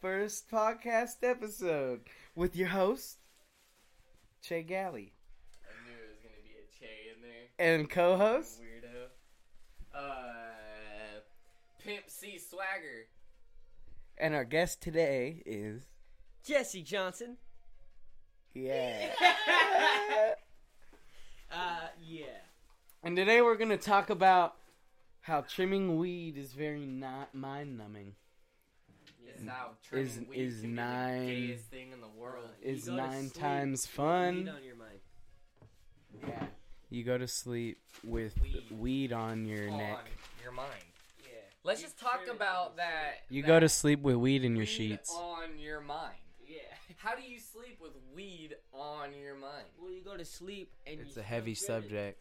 first podcast episode with your host, Che Galley, I knew it was gonna be a Che in there. and co host, Weirdo. Uh, Pimp C Swagger. and our guest today is. Jesse Johnson. Yeah. Uh, yeah. and today we're going to talk about how trimming weed is very not mind numbing. It's how trimming Is- weed is can be nine- the gayest thing in the world. You Is go to nine sleep, times Weed fun. on your mind. Yeah. You go to sleep with Weed. weed, on your neck. On your mind. Yeah. Let's You just talk trim it on about your sleep. that. You that go to sleep with weed in your weed sheets. On your mind. Yeah. How do you sleep with weed on your mind? Well, you go to sleep and It's you a heavy still trimming. subject.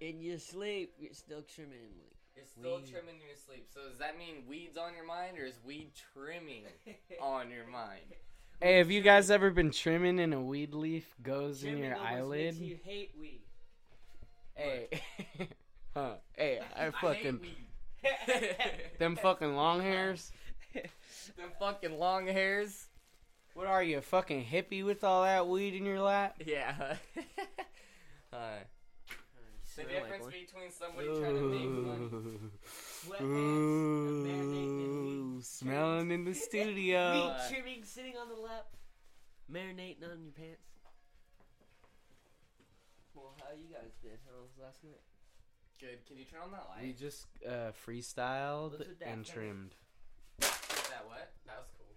In your sleep, you're still trimming weed. You're still Weed. trimming your sleep. So does that mean weeds on your mind, or is weed trimming on your mind? Hey, have you guys ever been trimming and a weed leaf goes in Trimming your almost eyelid? Makes you hate weed. Hey, Huh. Hey, I hate fucking weed. them fucking long hairs. Them fucking long hairs. What are you, a fucking hippie with all that weed in your lap? Yeah. uh, the Smell like difference one. between somebody trying to make money. Sweatpants, Ooh, marinating in smelling in the weed. studio. Uh, Weed trimming sitting on the lap, marinating on your pants. Well, how you guys been? How was last night? Good. Can you turn on that We light? just uh, freestyled Those are and definitely- trimmed. Is that what? That was cool.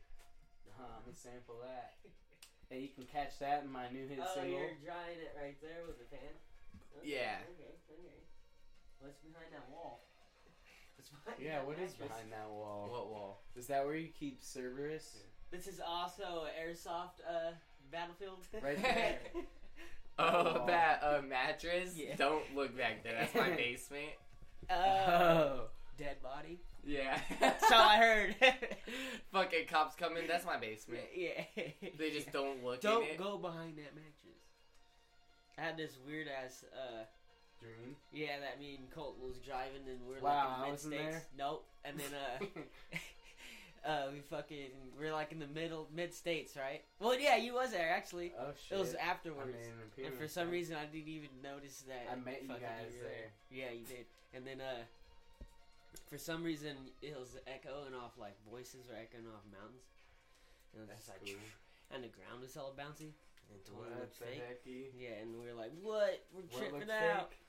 Uh-huh, I'm gonna sample that. Hey, you can catch that in my new hit Oh, single. you're drying it right there with a fan. Okay, Yeah. Okay. Okay. What's behind that wall? What's behind Yeah, that what is mattress? behind that wall? What wall? Is that where you keep Cerberus? This is also an airsoft uh, battlefield. Right there. Oh, Wall. that uh, mattress. Yeah. Don't look back there. That's my basement. uh, Oh. dead body. Yeah. So I heard. Fucking cops come in. That's my basement. yeah. They just don't look in don't it. go behind that mattress. I had this weird ass. Uh, Dream. yeah, that me and Colt was driving and we're Wow, like I in mid wasn't states. there. Nope. And then uh. Uh, we fucking we're like in the middle mid states, right? Well, yeah, you was there actually. oh It shit. was I made afterwards, an and appearance, for some right? reason I didn't even notice that. I met you fucking guys were there. Yeah, you did. And then uh, for some reason it was echoing off like voices were echoing off mountains, and it was That's just like, cool. and the ground was all bouncy and totally What looked the fake. hecky? Yeah, and we were like, what? We're What tripping looks out. fake?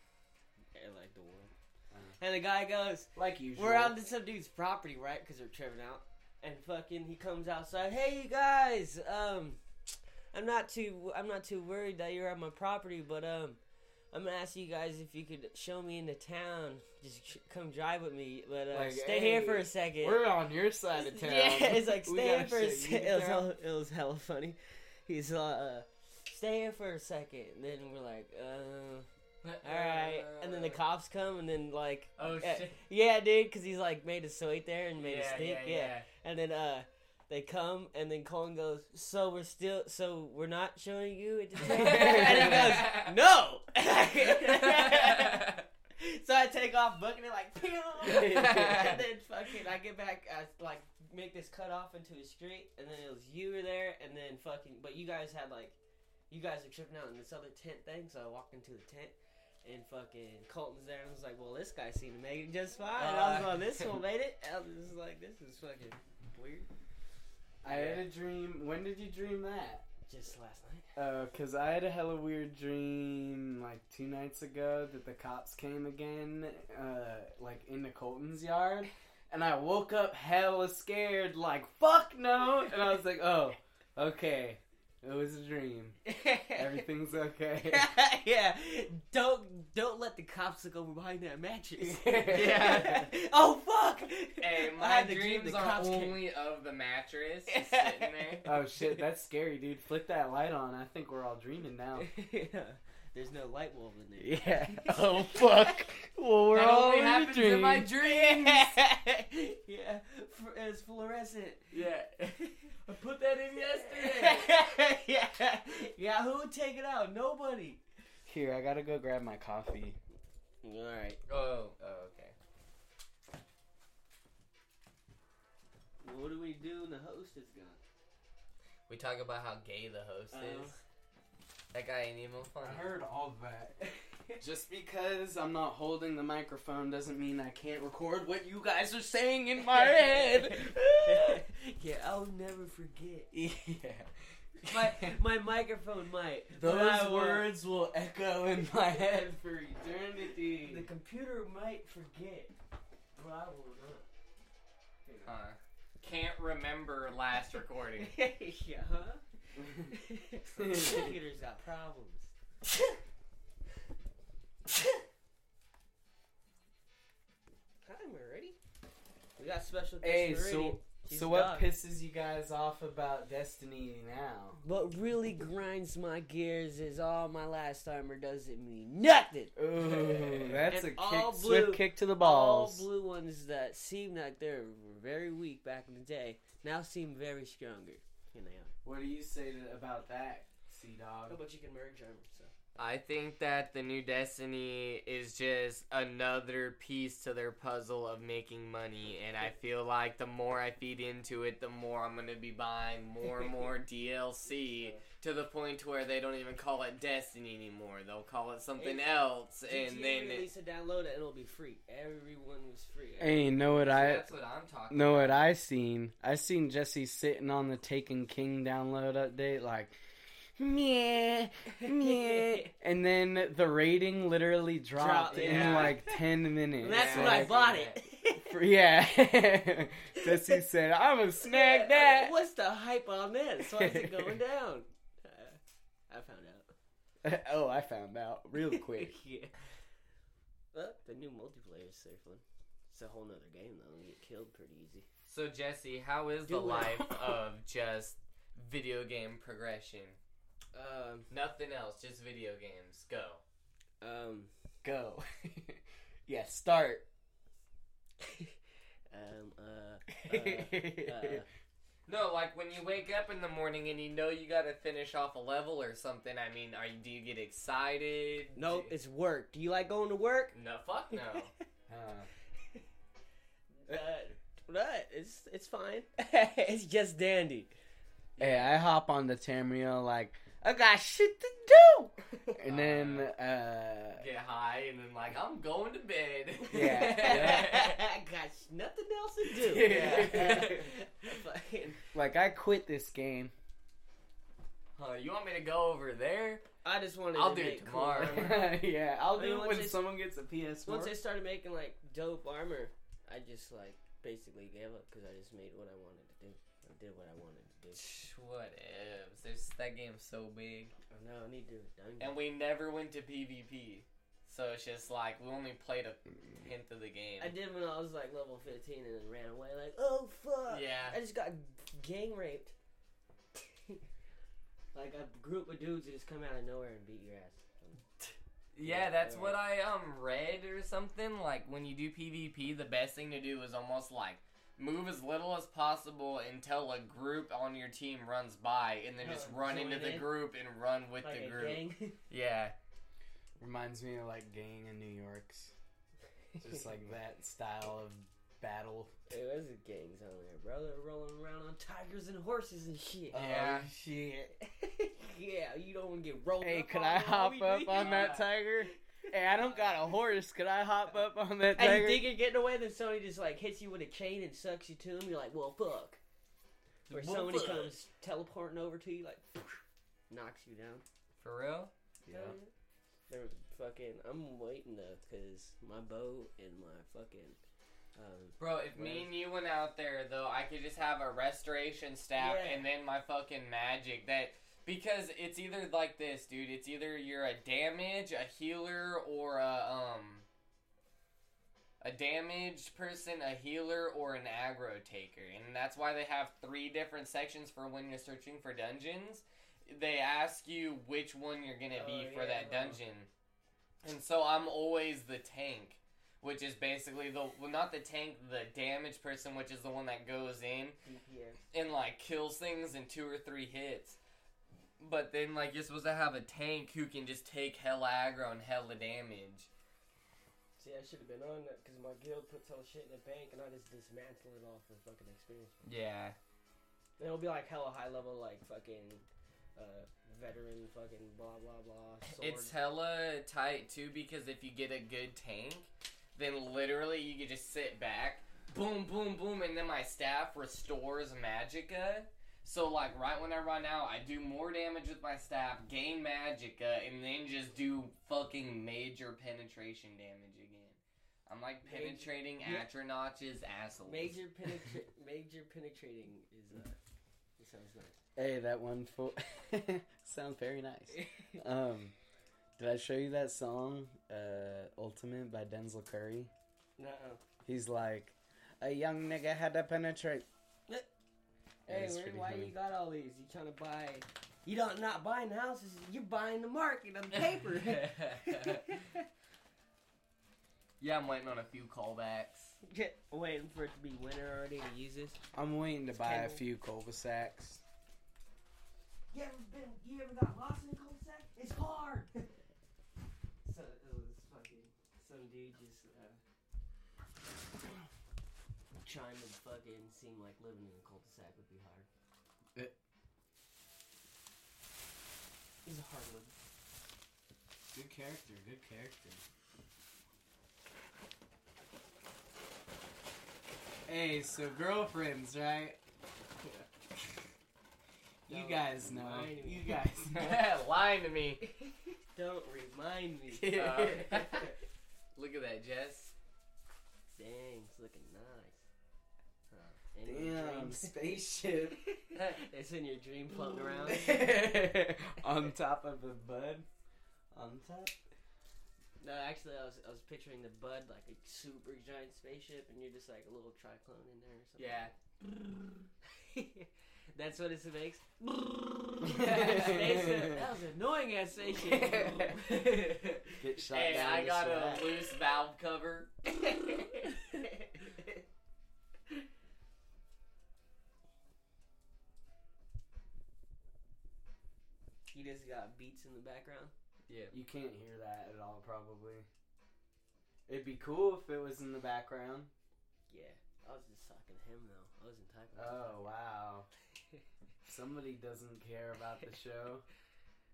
Yeah, like the world. Uh. And the guy goes, Like usual. we're on to some dude's property, right? Because we're tripping out. And fucking, he comes outside. Hey, you guys. Um, I'm not too. I'm not too worried that you're on my property, but um, I'm gonna ask you guys if you could show me into town. Just ch- come drive with me, but uh, Like, stay hey, here for a second. We're on your side of town. Yeah, it's like We stay here gotta for a shut you second. It was, down. hella, it was hella funny. He's uh, uh, stay here for a second. And then we're like, uh, all right. Uh, And then the cops come, and then like, Oh yeah, shit. yeah, dude, because he's like made us wait there and made us Yeah, think, yeah, yeah, yeah. And then uh, they come, and then Colin goes, "So we're still, so we're not showing you." It to and he goes, "No." so I take off, booking it like, pew! and then fucking, I get back, I like make this cut off into a street, and then it was you were there, and then fucking, but you guys had like, you guys were tripping out in this other tent thing, so I walked into the tent. And fucking Colton's there, and I was like, "Well, this guy seemed to make it just fine." And I was Uh. like, "This one made it." And I was just like, "This is fucking weird." I had a dream. When did you dream that? Just last night. Uh, cause I had a hella weird dream like two nights ago that the cops came again, uh, like into Colton's yard, and I woke up hella scared, like fuck no, and I was like, oh, okay, it was a dream, everything's okay. yeah. Don't don't let the cops look over behind that mattress. Yeah. oh fuck. Hey, I my had the dreams dream the are cops came- only of the mattress just sitting there. oh shit, that's scary, dude. Flick that light on. I think we're all dreaming now. yeah. There's no light bulb in there. Yeah. Oh fuck. Well, we're that all only in a happens in dream. my dreams. yeah. F- it's fluorescent. yeah, I put that in yesterday. yeah. Yeah. Who would take it out? Nobody. Here, I gotta go grab my coffee. All right. Oh, oh, okay. What do we do when the host is gone? We talk about how gay the host is. That guy ain't even funny. Uh-huh. I heard all that. Just because I'm not holding the microphone doesn't mean I can't record what you guys are saying in my head. yeah, I'll never forget. yeah. My my microphone might. but I Those won't. words will echo in my head for eternity. The computer might forget, but I will not. Huh. Can't remember last recording. yeah, huh? Computer's got problems. Time already? We got special guest Hey, Meridian. so She's so what done. pisses you guys off about Destiny now? What really grinds my gears is all my last timer doesn't mean nothing. Ooh, that's And a kick, all blue- swift kick to the balls. All blue ones that seemed like they were very weak back in the day now seem very stronger. You know. What do you say to, about that, Sea Dog? but you can merge them. So. I think that the new Destiny is just another piece to their puzzle of making money, and I feel like the more I feed into it, the more I'm gonna be buying more and more DLC to the point to where they don't even call it Destiny anymore. They'll call it something Hey, else, GTA and then it, released a download and it'll be free. Everyone was free. Hey, know what So I that's what I'm talking know what I seen? I seen Jesse sitting on the Taken King download update, like meh meh, and then the rating literally dropped Dropped, in yeah. like ten minutes. And that's Yeah, when I I've bought seen it. For- yeah. Jesse said, "I'm gonna snag that." What's the hype on this? Why is it going down? Uh, I found out. oh, I found out real quick. yeah. Well, the new multiplayer is so fun. It's a whole nother game though. You get killed pretty easy. So Jesse, how is Do the it. life of just video game progression? Um, Nothing else, just video games. Go. um, Go. yeah, start. um, uh, uh, uh, No, like when you wake up in the morning and you know you gotta finish off a level or something. I mean, are you, do you get excited? no, Do- it's work. Do you like going to work? no, fuck no. Uh, but it's it's fine. it's just dandy. Hey, I hop on the Tamriel like I got shit to do, and then uh, Get high and then like I'm going to bed. Yeah. I got nothing else to do. Yeah. Fucking- like I quit this game. Huh, you want me to go over there? I just wanted. I'll to do make it cool tomorrow. armor. yeah, I'll I do mean, it once when it's- someone gets a PS4. Once I started making like dope armor, I just like basically gave up because I just made what I wanted to do. I did what I wanted to do. Psh, Whatevs. There's that game's so big, Oh no, I need to do a dungeon. and we never went to PvP, so it's just like we only played a hint of the game. I did when I was like level 15 and then ran away like, oh fuck. Yeah. I just got gang raped. like a group of dudes who just come out of nowhere and beat your ass. Yeah, that's what I um read or something. Like when you do PvP, the best thing to do is almost like move as little as possible until a group on your team runs by, and then just Uh, run join into the in? group and run with Like the a group. gang. Yeah, Reminds me of like Gang in New York's, just like that style of battle. There was a gangs on there, bro. They're rolling around on tigers and horses and shit. Yeah. Oh, shit. yeah, you don't want to get rolled Hey, up could on I the hop OBD. up on that tiger? Hey, I don't got a horse. Could I hop up on that And you tiger? think you're getting away, then somebody just like hits you with a chain and sucks you to him. You're like, well, fuck. Or Well, somebody fuck. comes teleporting over to you, like, knocks you down. for real. Yeah. They're fucking. I'm waiting though, cause my bow and my fucking. Um, Bro, if me and you went out there though, I could just have a restoration staff Yeah. and then my fucking magic that because it's either like this, dude. It's either you're a damage, a healer, or a um a damaged person, a healer, or an aggro taker. And that's why they have three different sections for when you're searching for dungeons. They ask you which one you're gonna be Oh, for yeah. that dungeon. And so I'm always the tank which is basically the well, not the tank, the damage person, which is the one that goes in DPS. and like kills things in two or three hits. But then like you're supposed to have a tank who can just take hella aggro and hella damage. See, I should have been on that, cause my guild puts all shit in the bank, and I just dismantle it all for fucking experience. Yeah, And it'll be like hella high level, like fucking uh, veteran, fucking blah blah blah. Sword. It's hella tight too because if you get a good tank, then literally you can just sit back, boom, boom, boom, and then my staff restores magica. So like right when I run out, I do more damage with my staff, gain magica, and then just do fucking major penetration damage again. I'm like Major- penetrating Yeah. Atronach's assholes. major penetra- major penetrating is uh, it sounds nice. Hey, that one for sounds very nice. Um, did I show you that song, uh, "Ultimate" by Denzel Curry? No. He's like, a young nigga had to penetrate. Yeah, Hey, it's where, pretty why funny. you got all these? You trying to buy? You don't not buying houses. You're buying the market on paper. yeah, I'm waiting on a few callbacks. Waiting for it to be winter already to use this. I'm waiting to buy a Kendall. few cul-de-sacs. You ever been? You ever got lost in a cul-de-sac? It's hard. so it was fucking some dude just uh, trying to fucking seem like living in a cul-de-sac would be hard. Eh. He's a hard one. Good character, good character. Hey, so girlfriends, right? You Don't guys know. remind me. You guys know. Lying to me. Don't remind me. Uh, Look at that, Jess. Dang, it's looking nice. Huh. In your Damn, dreams. spaceship. it's in your dream floating around. on top of a bud. On top. No, actually, I was, I was picturing the bud like a super giant spaceship, and you're just like a little triclone in there or something. Yeah. That's what it makes. Snakes, uh, that was an annoying ass spaceship. Get shot hey, down I to got smack. a loose valve cover. you just got beats in the background. Yeah. You can't hear that at all, probably. It'd be cool if it was in the background. Yeah, I was just talking to him though. I wasn't typing. Oh, wow. Somebody doesn't care about the show.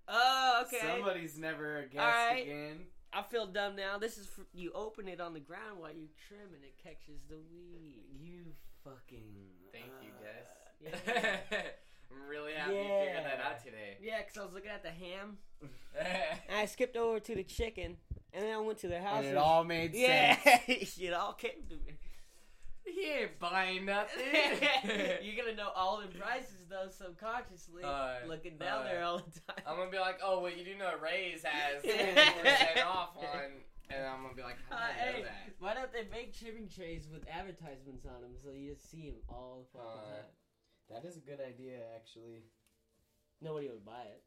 Oh, okay. Somebody's never a guest Alright. again. I feel dumb now. This is for, you open it on the ground while you trim, and it catches the weed. You fucking. Thank you, uh, Jess. yeah. I'm really happy you figured that out Yeah, because I was looking at the ham. today. And I skipped over to the chicken, and then I went to the house. And it all made yeah, sense. it all came to me. he ain't buying nothing. You're gonna know all the prices though, subconsciously, Uh, looking down uh, there all the time. I'm gonna be like, oh, well, you do know Ray's has 10% off on. And I'm gonna be like, Uh, how did I hey, know that? why don't they make trimming trays with advertisements on them so you just see them all the fucking Uh, time? That is a good idea, actually. Nobody would buy it,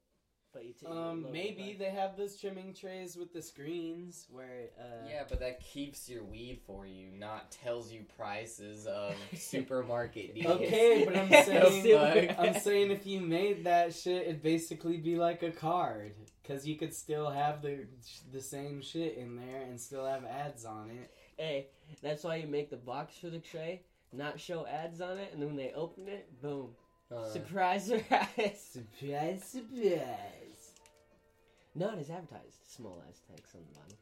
but you take. Um, maybe they have those trimming trays with the screens where. Uh, Yeah, but that keeps your weed for you, not tells you prices of supermarket deals. Okay, but I'm Silver. saying I'm saying if you made that shit, it'd basically be like a card, cause you could still have the the same shit in there and still have ads on it. Hey, that's why you make the box for the tray, not show ads on it, and then when they open it, boom. Uh, surprise, surprise. Surprise, surprise! Not as advertised. Small ass text on the bottom.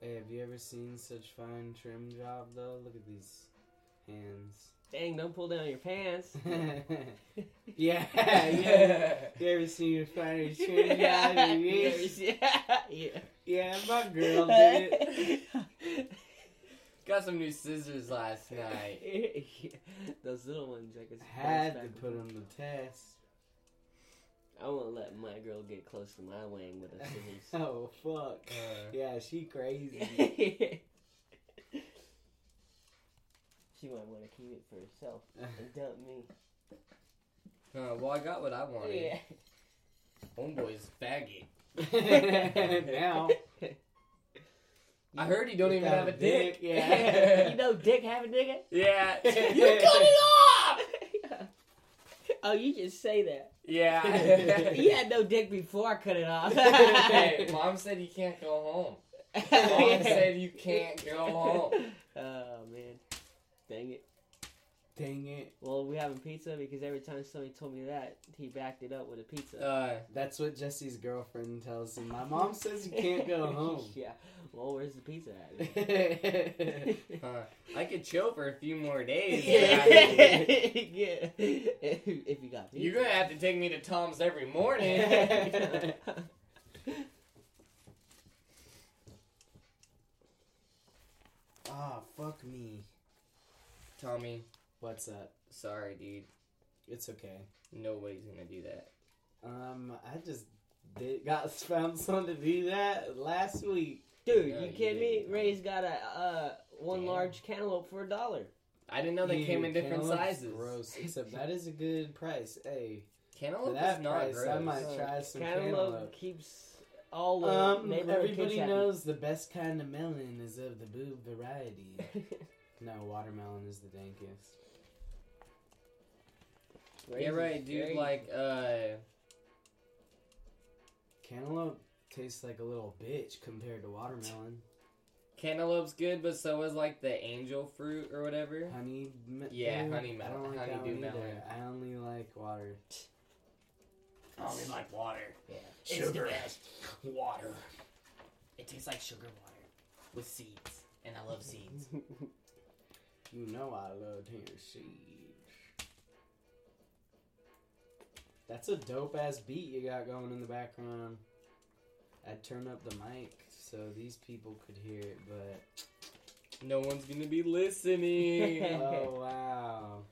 Hey, have you ever seen such fine trim job though? Look at these hands. Dang, don't pull down your pants. yeah, yeah. You ever seen your fine trim job? yeah. Yeah, yeah. yeah, my girl did it. Got some new scissors last night. Those little ones, I guess. Had to put on the test. I won't let my girl get close to my wang with her scissors. Oh fuck. Yeah, she crazy. she might want to keep it for herself and dump me. Uh, well, I got what I wanted. Homeboy's faggot. now I heard he don't even have a dick. Yeah. you know, dick have a nigga. yeah. You cut it off! oh, you just say that. Yeah. He had no dick before I cut it off. Hey, Mom said you can't go home. Mom said you can't go home. Oh man, dang it! Dang it. Well, we having pizza because every time somebody told me that, he backed it up with a pizza. Uh, that's what Jesse's girlfriend tells him. My mom says you can't go home. yeah. Well, where's the pizza at? yeah. Huh. I could chill for a few more days. yeah. but I- If, if you got pizza. You're gonna have to take me to Tom's every morning. Ah, fuck me. Tommy, What's up? sorry, dude. It's okay. Nobody's gonna do that. Um, I just did, got found something to do that last week. Dude, Yeah, you you kidding me? did. Ray's got a uh, one Damn. large cantaloupe for a dollar. I didn't know they Dude, came in different cantaloupe's sizes. Gross. Except that is a good price. Hey, for Cantaloupe is that not price, gross. I might Uh, try some cantaloupe, cantaloupe. keeps all of Um, neighborhood kids everybody happy. knows the best kind of melon is of the boob variety. no, watermelon is the dankest. yeah, Ray's right, is dude. very- Like, uh, Cantaloupe tastes like a little bitch compared to watermelon. cantaloupe's good, but so is like the angel fruit or whatever. Honey, me- Yeah, dude, honey I mel- don't like that honeydew one either. melon. I only like water. I only like water. Yeah, Sugar. best. Water. It tastes like sugar water with seeds, and I love seeds. You know I love Tennessee. That's a dope ass beat you got going in the background. I turned up the mic so these people could hear it, but no one's gonna be listening. oh wow.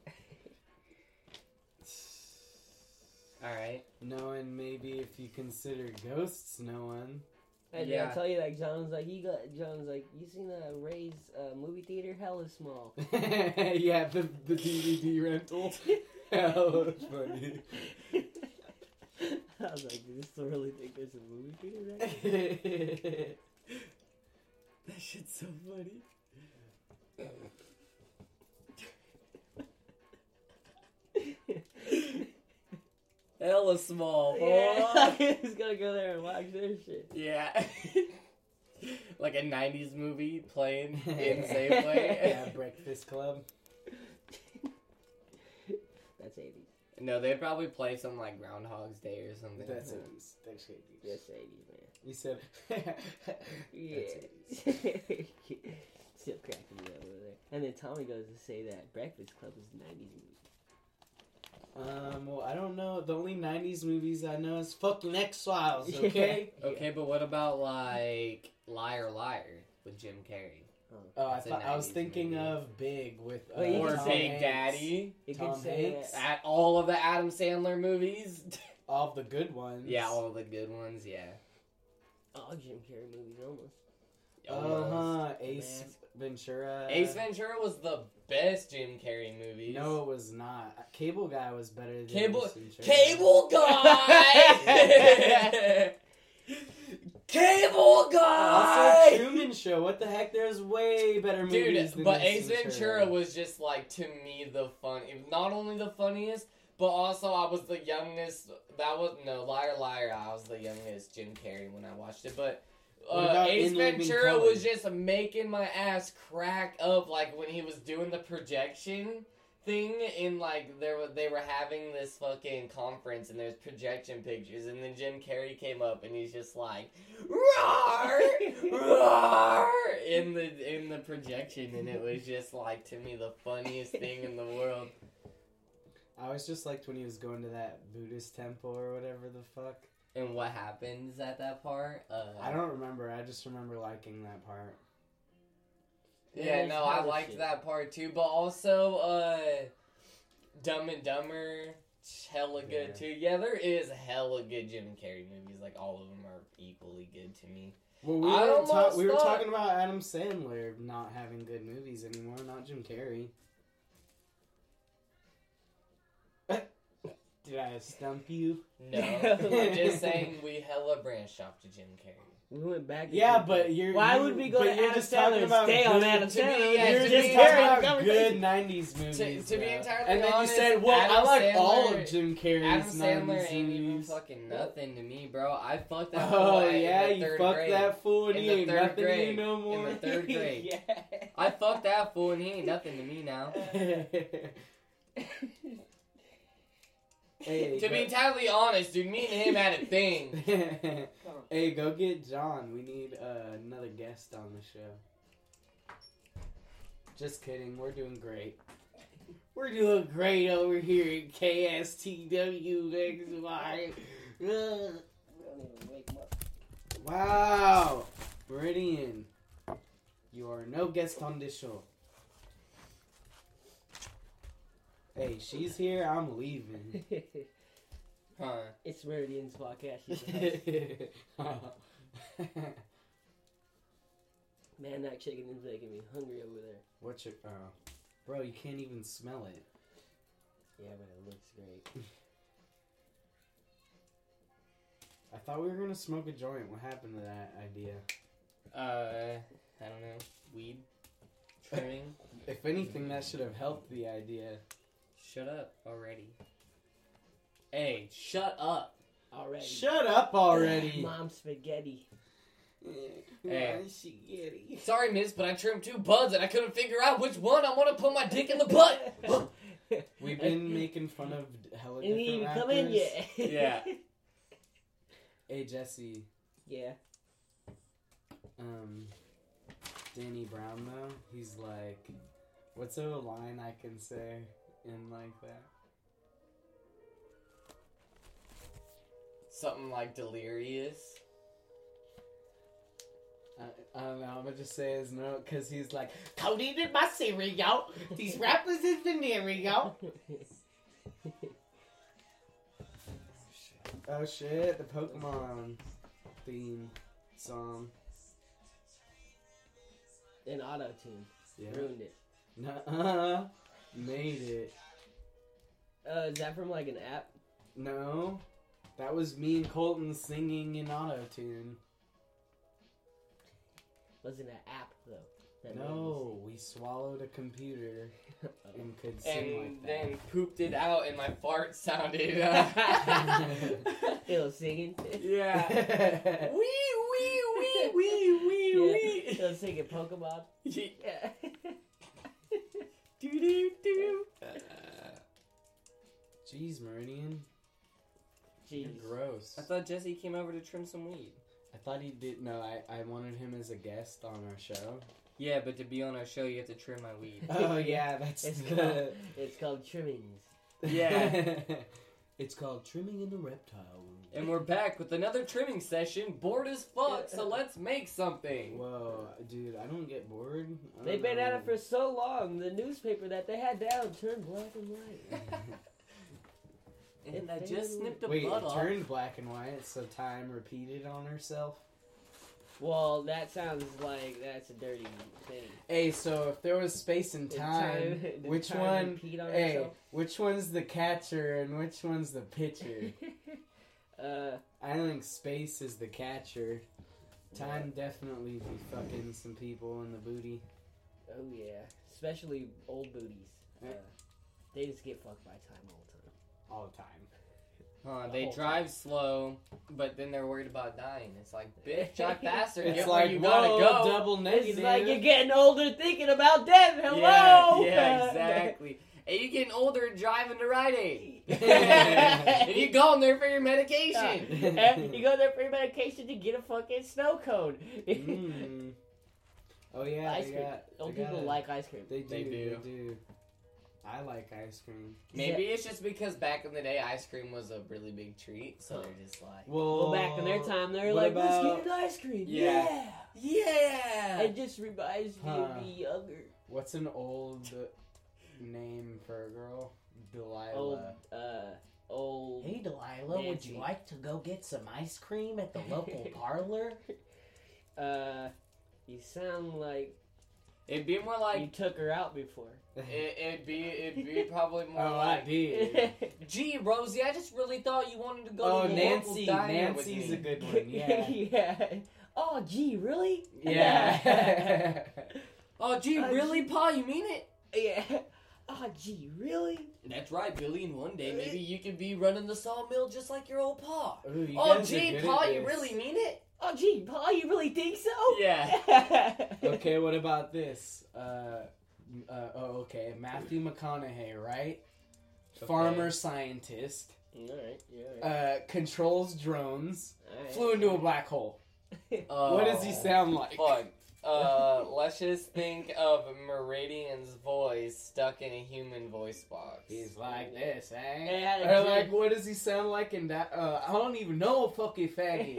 All right. No one maybe if you consider ghosts no one. And Yeah. I tell you, like John's like you got John's like you seen uh, Ray's uh, movie theater hella small. yeah, the the DVD rental. Hell, funny. I was like, do you still really think there's a movie theater? Right? that shit's so funny. Hella small. yeah, boy. he's gonna go there and watch their shit. Yeah. like a 90s movie playing in Safeway. Yeah, Breakfast Club. That's eighties. No, they probably play some like Groundhog's Day or something. That's it. That's shady. That's eighties, man. You said. Yeah. Still cracking me up over there. And then Tommy goes to say that Breakfast Club is nineties movie. um. Well, I don't know. The only '90s movies I know is fucking X Files. Okay. Okay, but what about like Liar Liar with Jim Carrey? Oh, I, That's a thought I was 90s thinking movie. of Big with uh, Well, you or can say- Big Daddy? You Tom can say Hanks? that. At all of the Adam Sandler movies? All the good ones. yeah, all the good ones, yeah. all Oh, Jim Carrey movies almost. Uh Almost. huh. Ace Ventura. Ace Ventura was the best Jim Carrey movie. No, it was not. Cable Guy was better than Cable- Ace Ventura. Cable Guy! Cable Guy! Also, Truman Show. What the heck? There's way better movies. Dude, than but Ace this Ventura was just like to me the fun, not only the funniest, but also I was the youngest. That was no liar, liar. I was the youngest Jim Carrey when I watched it, but. What Uh, about Ace In Living Ventura Color? was just making my ass crack up, like when he was doing the projection thing, and like there were, they were having this fucking conference, and there's projection pictures, and then Jim Carrey came up, and he's just like, "Roar!" roar in the in the projection and it was just like to me the funniest thing in the world I always just liked when he was going to that Buddhist temple or whatever the fuck. and what happens at that part uh I don't remember. I just remember liking that part. yeah no i liked Shit. that part too but also uh dumb and dumber hella good Yeah. too yeah there is hella good jim carrey movies like all of them are equally good to me Well, we I were, ta- almost we were thought- talking about Adam Sandler not having good movies anymore, not Jim Carrey. Did I stump you? no i'm just saying we hella branched off to jim carrey We went back. to Yeah, Jim but Carrey. you're. why you- would we go but to you're Adam just talking Sandler and about stay on good- Adam to me, Sandler? yeah, You're to just be talking entirely- about good '90s movies. to, to be bro. entirely and then honest, you said, "Well, I Adam like Sandler, all of Jim Carrey's Adam 90s Sandler ain't even movies. fucking nothing to me, bro. I fucked that. Oh boy yeah, in the you third fucked grade. that fool and In he the ain't third nothing to you grade. no more. In the third grade. yeah. I fucked that fool and he ain't nothing to me now. Hey, to go- be entirely honest, dude, me and him had a thing. hey, go get John. We need uh, another guest on the show. Just kidding. We're doing great. We're doing great over here at KSTWXY. Ugh. We don't even wake 'em up. wow. Meridian, you are no guest on this show. Hey, she's here. I'm leaving. Huh. it's Meridian's podcast. you guys. Man, that chicken is making me hungry over there. What's your. Oh. Bro, you can't even smell it. Yeah, but it looks great. I thought we were gonna smoke a joint. What happened to that idea? Uh, I don't know. Weed? Trimming? If anything, that should have helped the idea. shut up already. Hey, shut up. Already. Shut up already! Mom spaghetti. Hey. Shigeri. Sorry, miss, but I trimmed two buds and I couldn't figure out which one I want to put my dick in the butt. We've been making fun of hella It didn't different even rappers. come in yet. Yeah. Hey Jesse, yeah. um, Danny Brown though, he's like, what's a line I can say in like that? Something like delirious. I, I don't know. I'm gonna just say his note because he's like, Cody did my cereal. These rappers is venereal. Oh shit, the Pokemon theme song. An auto tune. Yeah. Ruined it. Nuh-uh. Made it. Uh, is that from like an app? No. That was me and Colton singing in auto tune. Wasn't an app though. That No, we swallowed a computer made me- and could sing And like that. then pooped it out and my fart sounded. Uh... it was singing. yeah. Wee, wee, wee, wee, Yeah. wee, wee. It was singing Pokemon. do Yeah. do do. Jeez, Meridian, you're Jeez. gross. I thought Jesse came over to trim some weed. I thought he did. No, I, I wanted him as a guest on our show. Yeah, but to be on our show, you have to trim my weed. Oh yeah, that's It's the. It's called trimmings. Yeah. it's called trimming in the reptile room. and we're back with another trimming session. Bored as fuck, so let's make something. Whoa, dude, I don't get bored. I They've don't been at it know. for so long. The newspaper that they had down turned black and white. And I just snipped a Wait, butt it off. turned black and white, so time repeated on herself. Well, that sounds like that's a dirty thing. Hey, so if there was space and Did time, did which time one? impede on hey, itself? which one's the catcher and which one's the pitcher? uh, I don't think space is the catcher. Time definitely be fucking some people in the booty. oh yeah, especially old booties. Uh, they just get fucked by time all the time. All the time. Huh, The they whole drive slow, but then they're worried about dying. It's like, bitch, drive faster. It's get like where you whoa, gotta go. double It's negative. like you're getting older, thinking about death. Yeah, Hello. yeah, exactly. And you getting older and driving to Rite Aid. and Yeah. you going there for your medication. Eh, you go there for your medication to get a fucking snow cone. Mm. Oh yeah, Ice they cream. got- Old they got people a- like ice cream. They do. They They do. do. I like ice cream. Maybe it's just because back in the day, ice cream was a really big treat, so they're just like, Well, Well, back in their time, they were what like, about- "Let's get an ice cream." Yeah. Yeah. yeah. It just reminds me Huh. of me younger. What's an old name for a girl? Delilah. Old, uh, old. Hey Delilah, would Nancy. you like to go get some ice cream at the local parlor? Uh, you sound like It'd be more you like took her out before. it, it'd be it'd be probably more oh, I like. did. Gee, Rosie, I just really thought you wanted to go oh, to the local Nancy. diner with Nancy's a me. good one. Yeah. yeah. Oh, gee, really? yeah. Oh, gee, Uh, really, Pa? You mean it? Yeah. Oh, gee, really? That's right, Billy. And one day, maybe you could be running the sawmill just like your old Pa. Ooh, you Oh, guys are gee, good Pa, at you this. really mean it? Oh, gee, Paul, you really think so? Yeah. Okay, what about this? Uh, uh, oh, okay, Matthew McConaughey, right? farmer scientist, All right. Yeah. All right. uh, controls drones, All right. flew into a black hole. What does Oh, he sound like? Fun. Uh, let's just think of Meridian's voice stuck in a human voice box. He's like this, They eh? had a Or kid- like, what does he sound like in that? Uh, I don't even know a fucking faggot.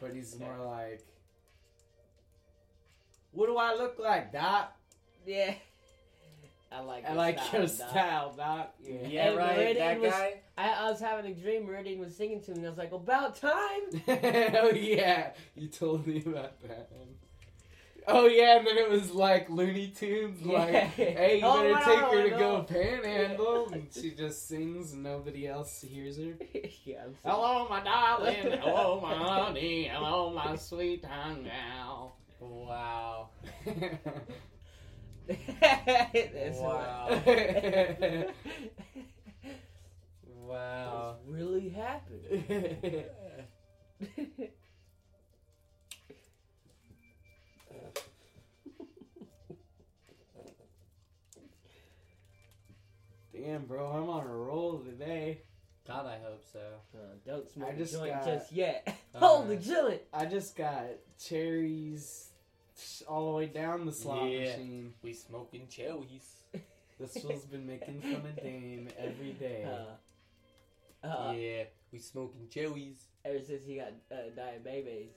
But he's more like, what do I look like, Doc? yeah. I like. I your like style, your Doc. style, Doc. yeah, Yeah. And right. Meridian That was- guy. I, I was having a dream. Meridian was singing to me, and I was like, "About time." oh yeah, you told me about that. Oh yeah, and then it was like Looney Tunes, like, Yeah. hey, you Oh, better no, take her to no. go panhandle, and she just sings, and nobody else hears her. yeah. I'm so- Hello, my darling. Hello, my honey. Hello, my sweet tongue now. Wow. That's Wow. what- Wow. This really happened. Uh, Damn, bro, I'm on a roll today. God, I hope so. Uh, don't smoke I a just joint got- just yet. Uh, Holy chili! I just got cherries all the way down the slot Yeah. machine. We smoking chilies. This fool's been making fun of Dame every day. Uh, uh, yeah, we smoking chilies. Ever since he got uh, diet babies.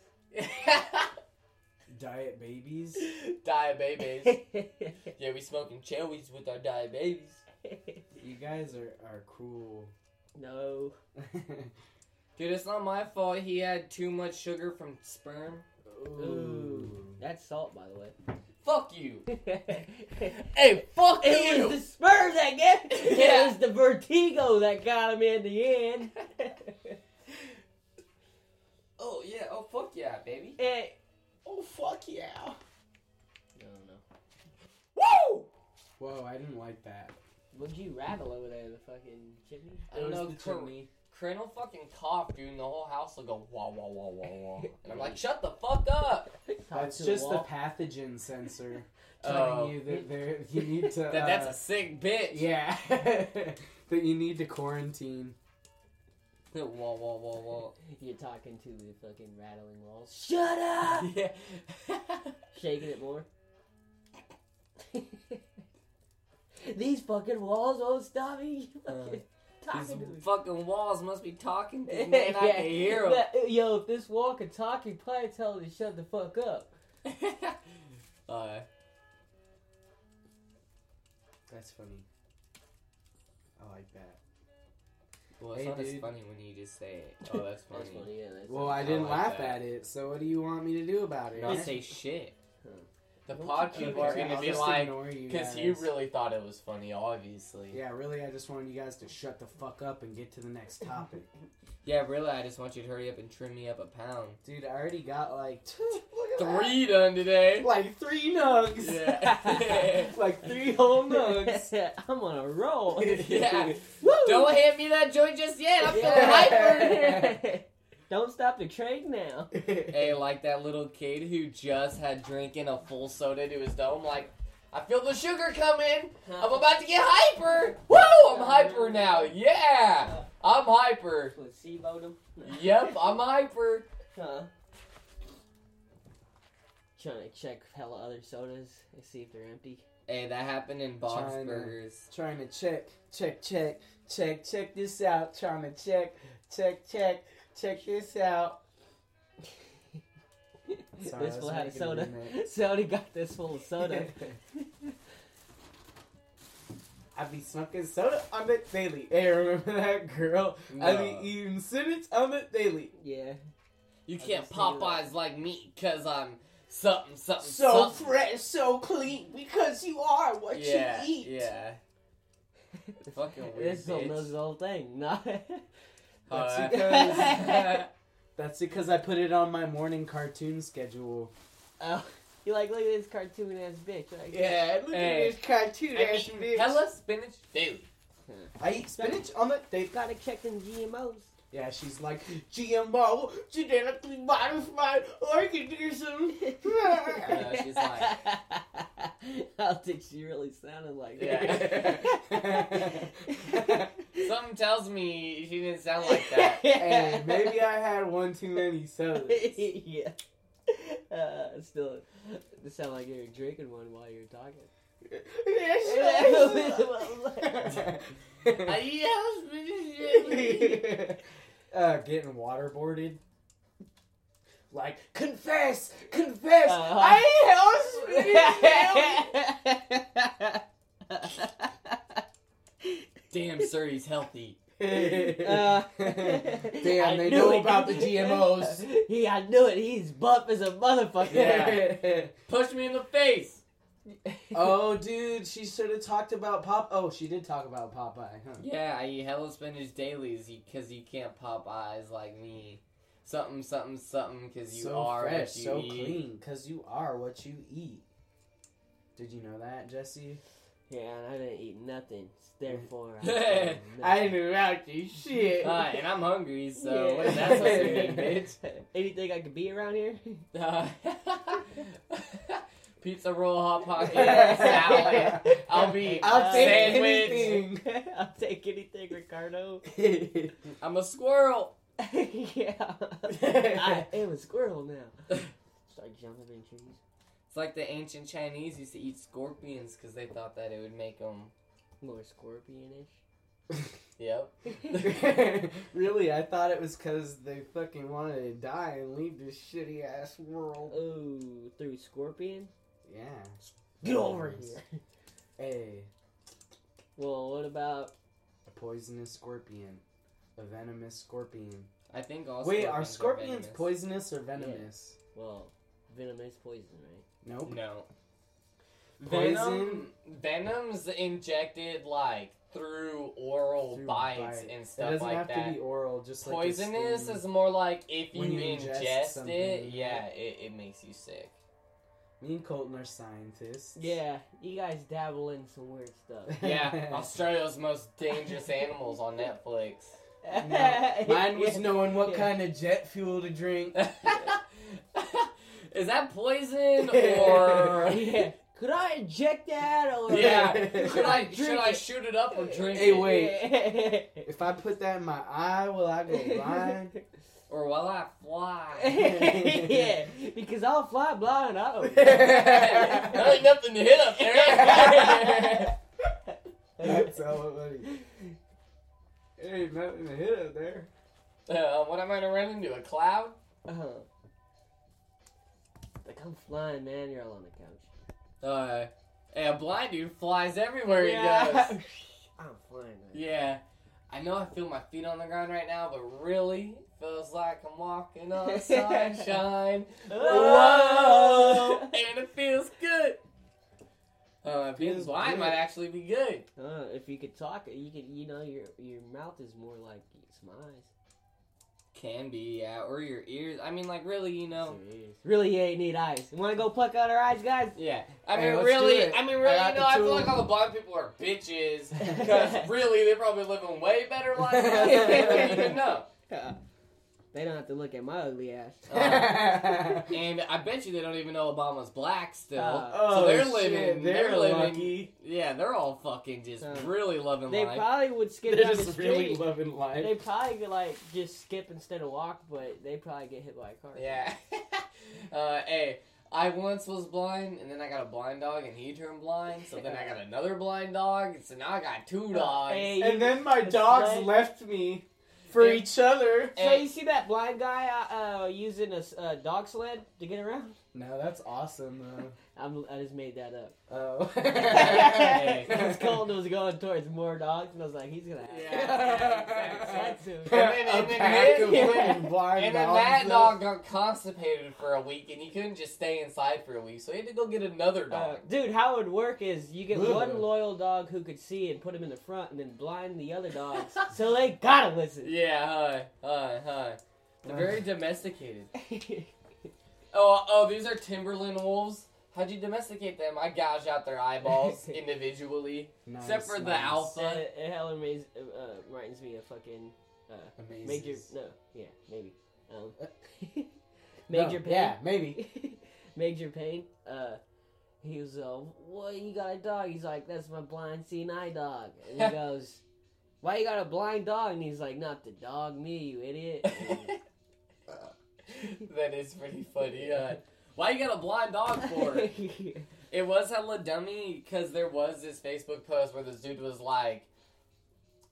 Diet babies? diet babies. Yeah, we smoking chilies with our diet babies. You guys are, are cruel. no. Dude, it's not my fault he had too much sugar from sperm. Ooh. That's salt, by the way. Fuck you. it Hey, fuck was the spur that got Yeah. It was the vertigo that got him in the end. oh yeah. Oh fuck yeah, baby. Eh, Oh fuck yeah. I don't know. Woo! Whoa, I didn't like that. Would you rattle over there, the fucking chimney? I don't It was know. the Cor- chimney. Corinne will fucking cough, dude, and the whole house will go wah wah wah wah wah. And I'm like, shut the fuck up. Talk That's to just the wall. pathogen sensor Oh. telling you that there you need to. That, that's uh, a sick bitch. yeah, that you need to quarantine. wah wah wah wah. You're talking to the fucking rattling walls. Shut up! yeah. Shaking it more. These fucking walls won't stop me. You fucking Uh, These talking to me. fucking walls must be talking to me, and I can hear 'em. Yeah, Yo, if this wall could talk, he'd probably tell it to shut the fuck up. uh, That's funny. I like that. well, it's Hey, not as dude. funny when you just say it. Oh, that's funny. That's funny, yeah. That's Well, funny. I didn't like laugh that. at it, so what do you want me to do about it? Not eh? say shit. Huh. The Don't pod you people are think gonna I'll be just like, ignore you because guys. you really thought it was funny, obviously. Yeah, really, I just wanted you guys to shut the fuck up and get to the next topic. Yeah, really, I just want you to hurry up and trim me up a pound. Dude, I already got like look at that. Three done today. Like three nugs. Yeah. like three whole nugs. I'm on a roll. yeah. Woo! Don't hand me that joint just yet. I'm feeling hyper. hyper. Don't stop the train now. Hey, like that little kid who just had drinking a full soda to his dome. Like, I feel the sugar coming. I'm about to get hyper. Woo! I'm hyper now. Yeah, I'm hyper. Placebo them. Yep, I'm hyper. Huh. Trying to check hella other sodas and see if they're empty. Hey, that happened in Bob's China. Burgers. Trying to check, check, check, check, check this out. Trying to check, check, check, check this out. Sorry, this I was fool had a making a soda. minute. Sony got this full of soda. I be smoking soda on the daily. Hey, remember that girl? I No. be eating spinach on the daily. yeah. You I can't just knew that. Popeyes like me because I'm something, something, So something. fresh, so clean, because you are what yeah, you eat. yeah. Fucking weird This whole, this bitch. whole thing. No. Uh, because- That's because I put it on my morning cartoon schedule. oh, you like look at this cartoon ass bitch. Like, look Hey. this cartoon I mean, hella spinach daily. I eat spinach on the daily. Gotta check them GMOs. Yeah, she's like GMO, genetically modified organism. No, she's like- I don't think she really sounded like that. Yeah. Something tells me she didn't sound like that. hey, maybe I had one too many sodas. yeah. Uh, still, it sound like you're drinking one while you're talking. uh, getting waterboarded. Like, confess, confess, Uh-huh. I Damn, sir, he's healthy. hate Uh, Damn, I they knew know it. about the GMOs. he, I knew it. He's buff as a motherfucker. Yeah. Push me in the face. oh, dude, she should have talked about Pop. Oh, she did talk about Popeye, huh? Yeah, I eat hella spinach dailies because you can't pop eyes like me. Something, something, something because you so are fresh, what you so eat. clean, because you are what you eat. Did you know that, Jesse? Yeah, and I didn't eat nothing. Therefore, I didn't eat I nothing. knew about you, shit. Ah, and I'm hungry, so Yeah. what does that supposed to mean, bitch? Anything I could be around here? Uh, pizza roll, hot pocket, salad. Yeah. I'll be I'll take sandwich. anything. I'll take anything, Ricardo. I'm a squirrel. yeah. I am a squirrel now. Start jumping in trees. It's like the ancient Chinese used to eat scorpions because they thought that it would make them. More scorpionish. Yep. really, I thought it was because they fucking wanted to die and leave this shitty ass world. oh, through scorpion? Yeah. Get over here. Hey, Well, what about a poisonous scorpion, a venomous scorpion. I think all. Wait, are scorpions scorpions are venomous. poisonous or venomous? well, venomous poison, right? Nope. No. Poison? Venom. Venom's injected like through oral Through bites bite. and it stuff doesn't like have that. to be oral, just like a sting. Poisonous is more like if you, When you ingest ingest, it, something. yeah, it, it makes you sick. Me and Colton are scientists. Yeah, you guys dabble in some weird stuff. Yeah, Australia's most dangerous animals on Netflix. No, Mine was knowing what Yeah. kind of jet fuel to drink. Is that poison or? Yeah. Could I inject that or Yeah. Should I Drink should I it. shoot it up or drink Hey, it? wait. wait. If I put that in my eye, will I go blind? Or while I fly? yeah, because I'll fly blind. I don't. there ain't nothing to hit up there. That's all it was. There ain't nothing to hit up there. uh, what am I gonna run into? A cloud? Uh-huh. Like I'm flying, man. You're all on the couch. Uh, hey, a blind dude flies everywhere he Yeah. goes. I'm flying. Man. Yeah. I know I feel my feet on the ground right now, but really feels like I'm walking on sunshine. Whoa! and it feels good. Uh, being Feels blind good. might actually be good. Uh, if you could talk, you could. You know, your your mouth is more like some eyes. Can be, yeah. Or your ears. I mean, like, really, you know. Some ears. Really, you ain't need eyes. You want to go pluck out our eyes, guys? Yeah. I mean, Hey, let's do really, it. I mean, I really, got you know, the I feel tool. like all the blind people are bitches. Because really, they're probably living way better lives than us. They don't even know. They don't have to look at my ugly ass. Uh, And I bet you they don't even know Obama's black still. Uh, so they're Oh, shit, living. They're, They're, living. lucky. Yeah, they're all fucking just Uh, really loving They life. probably would skip They're down the just street. really loving life. They probably could like just skip instead of walk, but they probably get hit by a car. yeah. uh, hey, I once was blind, and then I got a blind dog, and he turned blind. So then I got another blind dog, and so now I got two Uh, dogs. Hey, you- and then my It's dogs like- left me for Yeah. each other. so you see that blind guy uh, uh, using a s- uh, dog sled to get around? No, that's awesome though. I'm, I just made that up. Oh. Because Colton was going towards more dogs, and I was like, he's gonna. Have Yeah, yeah, That's him. And then- A and then pack of that- fucking blind And then dogs that left. dog got constipated for a week, and he couldn't just stay inside for a week, so he had to go get another Uh, dog. dude, how it would work is you get Ugh. one loyal dog who could see and put him in the front, and then blind the other dogs, so they gotta listen. yeah, hi, hi, hi. They're very domesticated. yeah, Oh, oh, these are Timberland wolves. How'd you domesticate them? I gouged out their eyeballs individually. Nice, Except for the nice. alpha. it, it hella reminds, uh, uh, reminds me of fucking Amazing. Make your no, yeah, maybe. Um, major Uh, No, pain. Yeah, maybe. major pain. Uh, he was uh, what you got a dog? He's like, that's my blind seeing eye dog. And he goes, why you got a blind dog? And he's like, not the dog, me, you idiot. And- that is pretty funny. Uh, why you got a blind dog for? It was hella dummy because there was this Facebook post where this dude was like,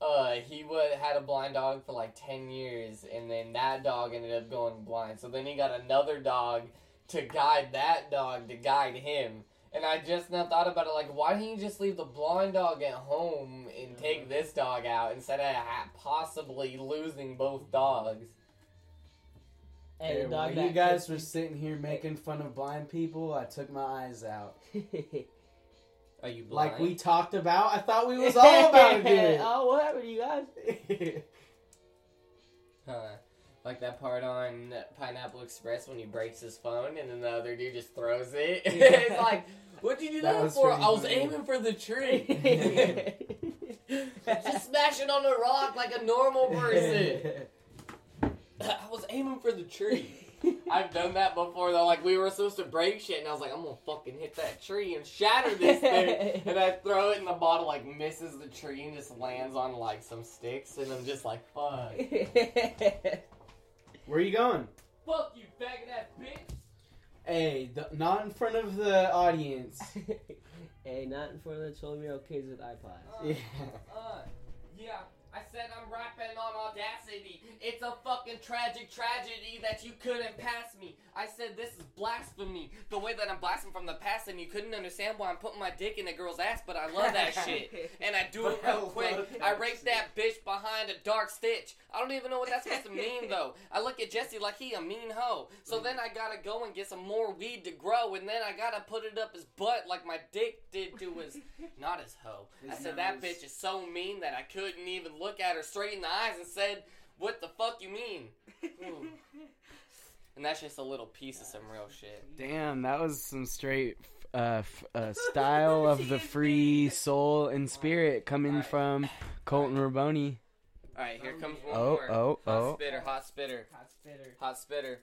uh, he wa had a blind dog for like 10 years and then that dog ended up going blind. So then he got another dog to guide that dog to guide him. And I just now thought about it like, why didn't you just leave the blind dog at home and take this dog out instead of ha- possibly losing both dogs? and Hey, the dog while you that guys were sitting here making fun of blind people, I took my eyes out. Are you blind? Like we talked about, I thought we was all about oh, what happened to you guys? it. Huh. Like that part on Pineapple Express when he breaks his phone and then the other dude just throws it. it's like, what'd you do That that, was for? pretty I was funny. aiming for the tree. just smash it on a rock like a normal person. I was aiming for the tree. I've done that before though. Like we were supposed to break shit, and I was like, I'm gonna fucking hit that tree and shatter this thing. and I throw it, and the bottle like misses the tree and just lands on like some sticks. And I'm just like, fuck. Where you going? Fuck you, faggot ass bitch. Hey, th- not in front of the audience. hey, not in front of the 12 year old kids with iPods. Yeah. Uh, yeah, I said I'm rapping on Audacity. It's a fucking tragic tragedy that you couldn't pass me. I said this is blasphemy. The way that I'm blaspheming from the past, and you couldn't understand why I'm putting my dick in a girl's ass, but I love that shit. And I do it But I real quick. love I that rape shit. that bitch behind a dark stitch. I don't even know what that's supposed to mean though. I look at Jesse like he a mean hoe. So then I gotta go and get some more weed to grow, and then I gotta put it up his butt like my dick did to his not his hoe. I His said that nose. bitch is so mean that I couldn't even look at her straight in the eyes and said, "What the fuck you mean?" Ooh. and that's just a little piece of some real shit. Damn, that was some straight uh, f- uh, style of the free soul and spirit coming Alright. from Colton Raboni. All right, here comes one Oh, more. oh, hot oh. spitter, hot spitter, Hot spitter. hot spitter.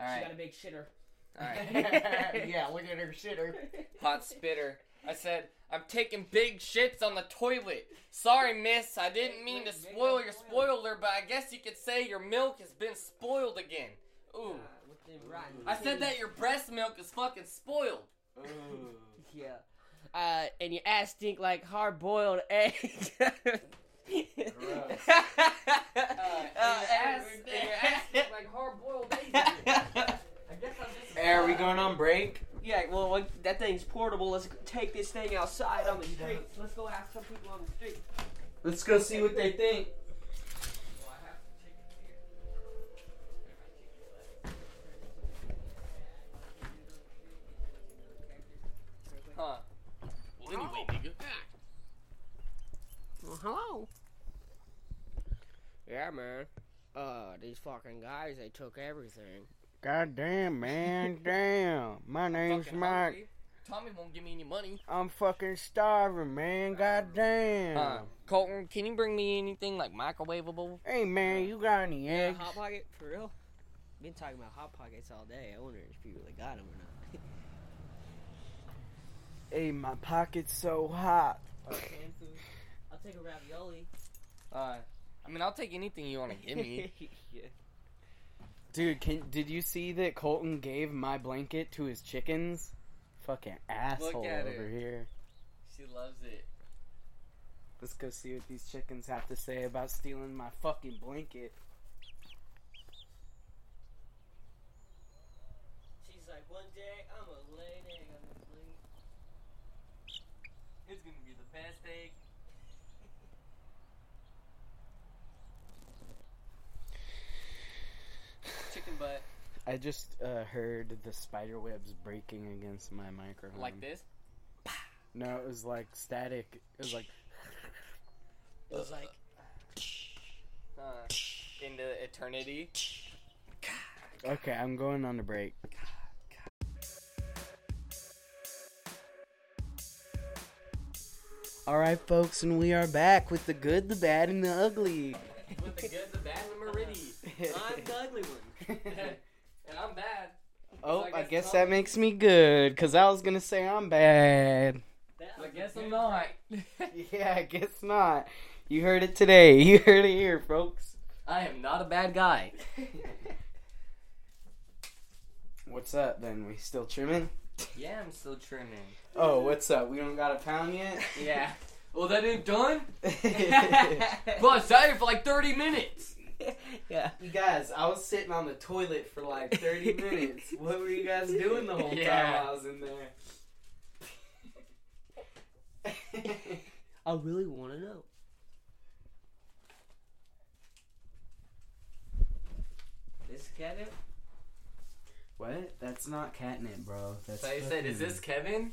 All She right, got a big shitter. all right. yeah, look at her shitter. hot spitter. I said, I'm taking big shits on the toilet. Sorry, miss, I didn't mean to spoil your spoiler, but I guess you could say your milk has been spoiled again. Ooh. with them rotten I said that your breast milk is fucking spoiled. Yeah. Uh, and your ass stink like hard boiled egg. Uh, Uh, and and- your ass, and your ass is like hard boiled eggs. I guess I'm just. Hey, are we going on break? yeah, well, when- that thing's portable. Let's take this thing outside on the street. Let's go ask some people on the street. Let's go see what they think. Huh. Well, anyway, nigga. Well, hello. Yeah, man. Uh, these fucking guys, they took everything. God damn, man, damn. My name's Fucking Mike. hungry. Tommy won't give me any money. I'm fucking starving, man. God damn. Uh, Colton, can you bring me anything like microwavable? hey, man, you got any eggs? Hot Pocket, for real? Been talking about Hot Pockets all day. I wonder if you really got them or not. Hey, my pocket's so hot. I'll take a ravioli. Uh, I mean, I'll take anything you want to give me. yeah. Dude, can, did you see that Colton gave my blanket to his chickens? Fucking asshole at over her. here. she loves it. Let's go see what these chickens have to say about stealing my fucking blanket. She's like, one day I'm a lay an egg on this lady. It's gonna be the best egg. Chicken butt. I just uh, heard the spider webs breaking against my microphone. Like this? No, it was like static. It was like It was like, Uh, into eternity. Okay, I'm going on a break. All right, folks, and we are back with the good, the bad, and the ugly. With the good, the bad, I'm the ugly one. and I'm bad. oh, So I I guess guess not. that makes me good, because I was going to say I'm bad. That I was a guess I'm good not. prank. Yeah, I guess not. You heard it today. You heard it here, folks. I am not a bad guy. What's up then? We still trimming? Yeah, I'm still trimming. Oh, what's up? We don't got a pound Yeah. Well, that ain't done. yet? Well, I sat here for like 30 minutes. yeah. You guys, I was sitting on the toilet for like 30 minutes. What were you guys doing the whole Yeah. time I was in there? I really want to know. This cat it? what? That's not catnip, bro. That's So I said, is this Kevin?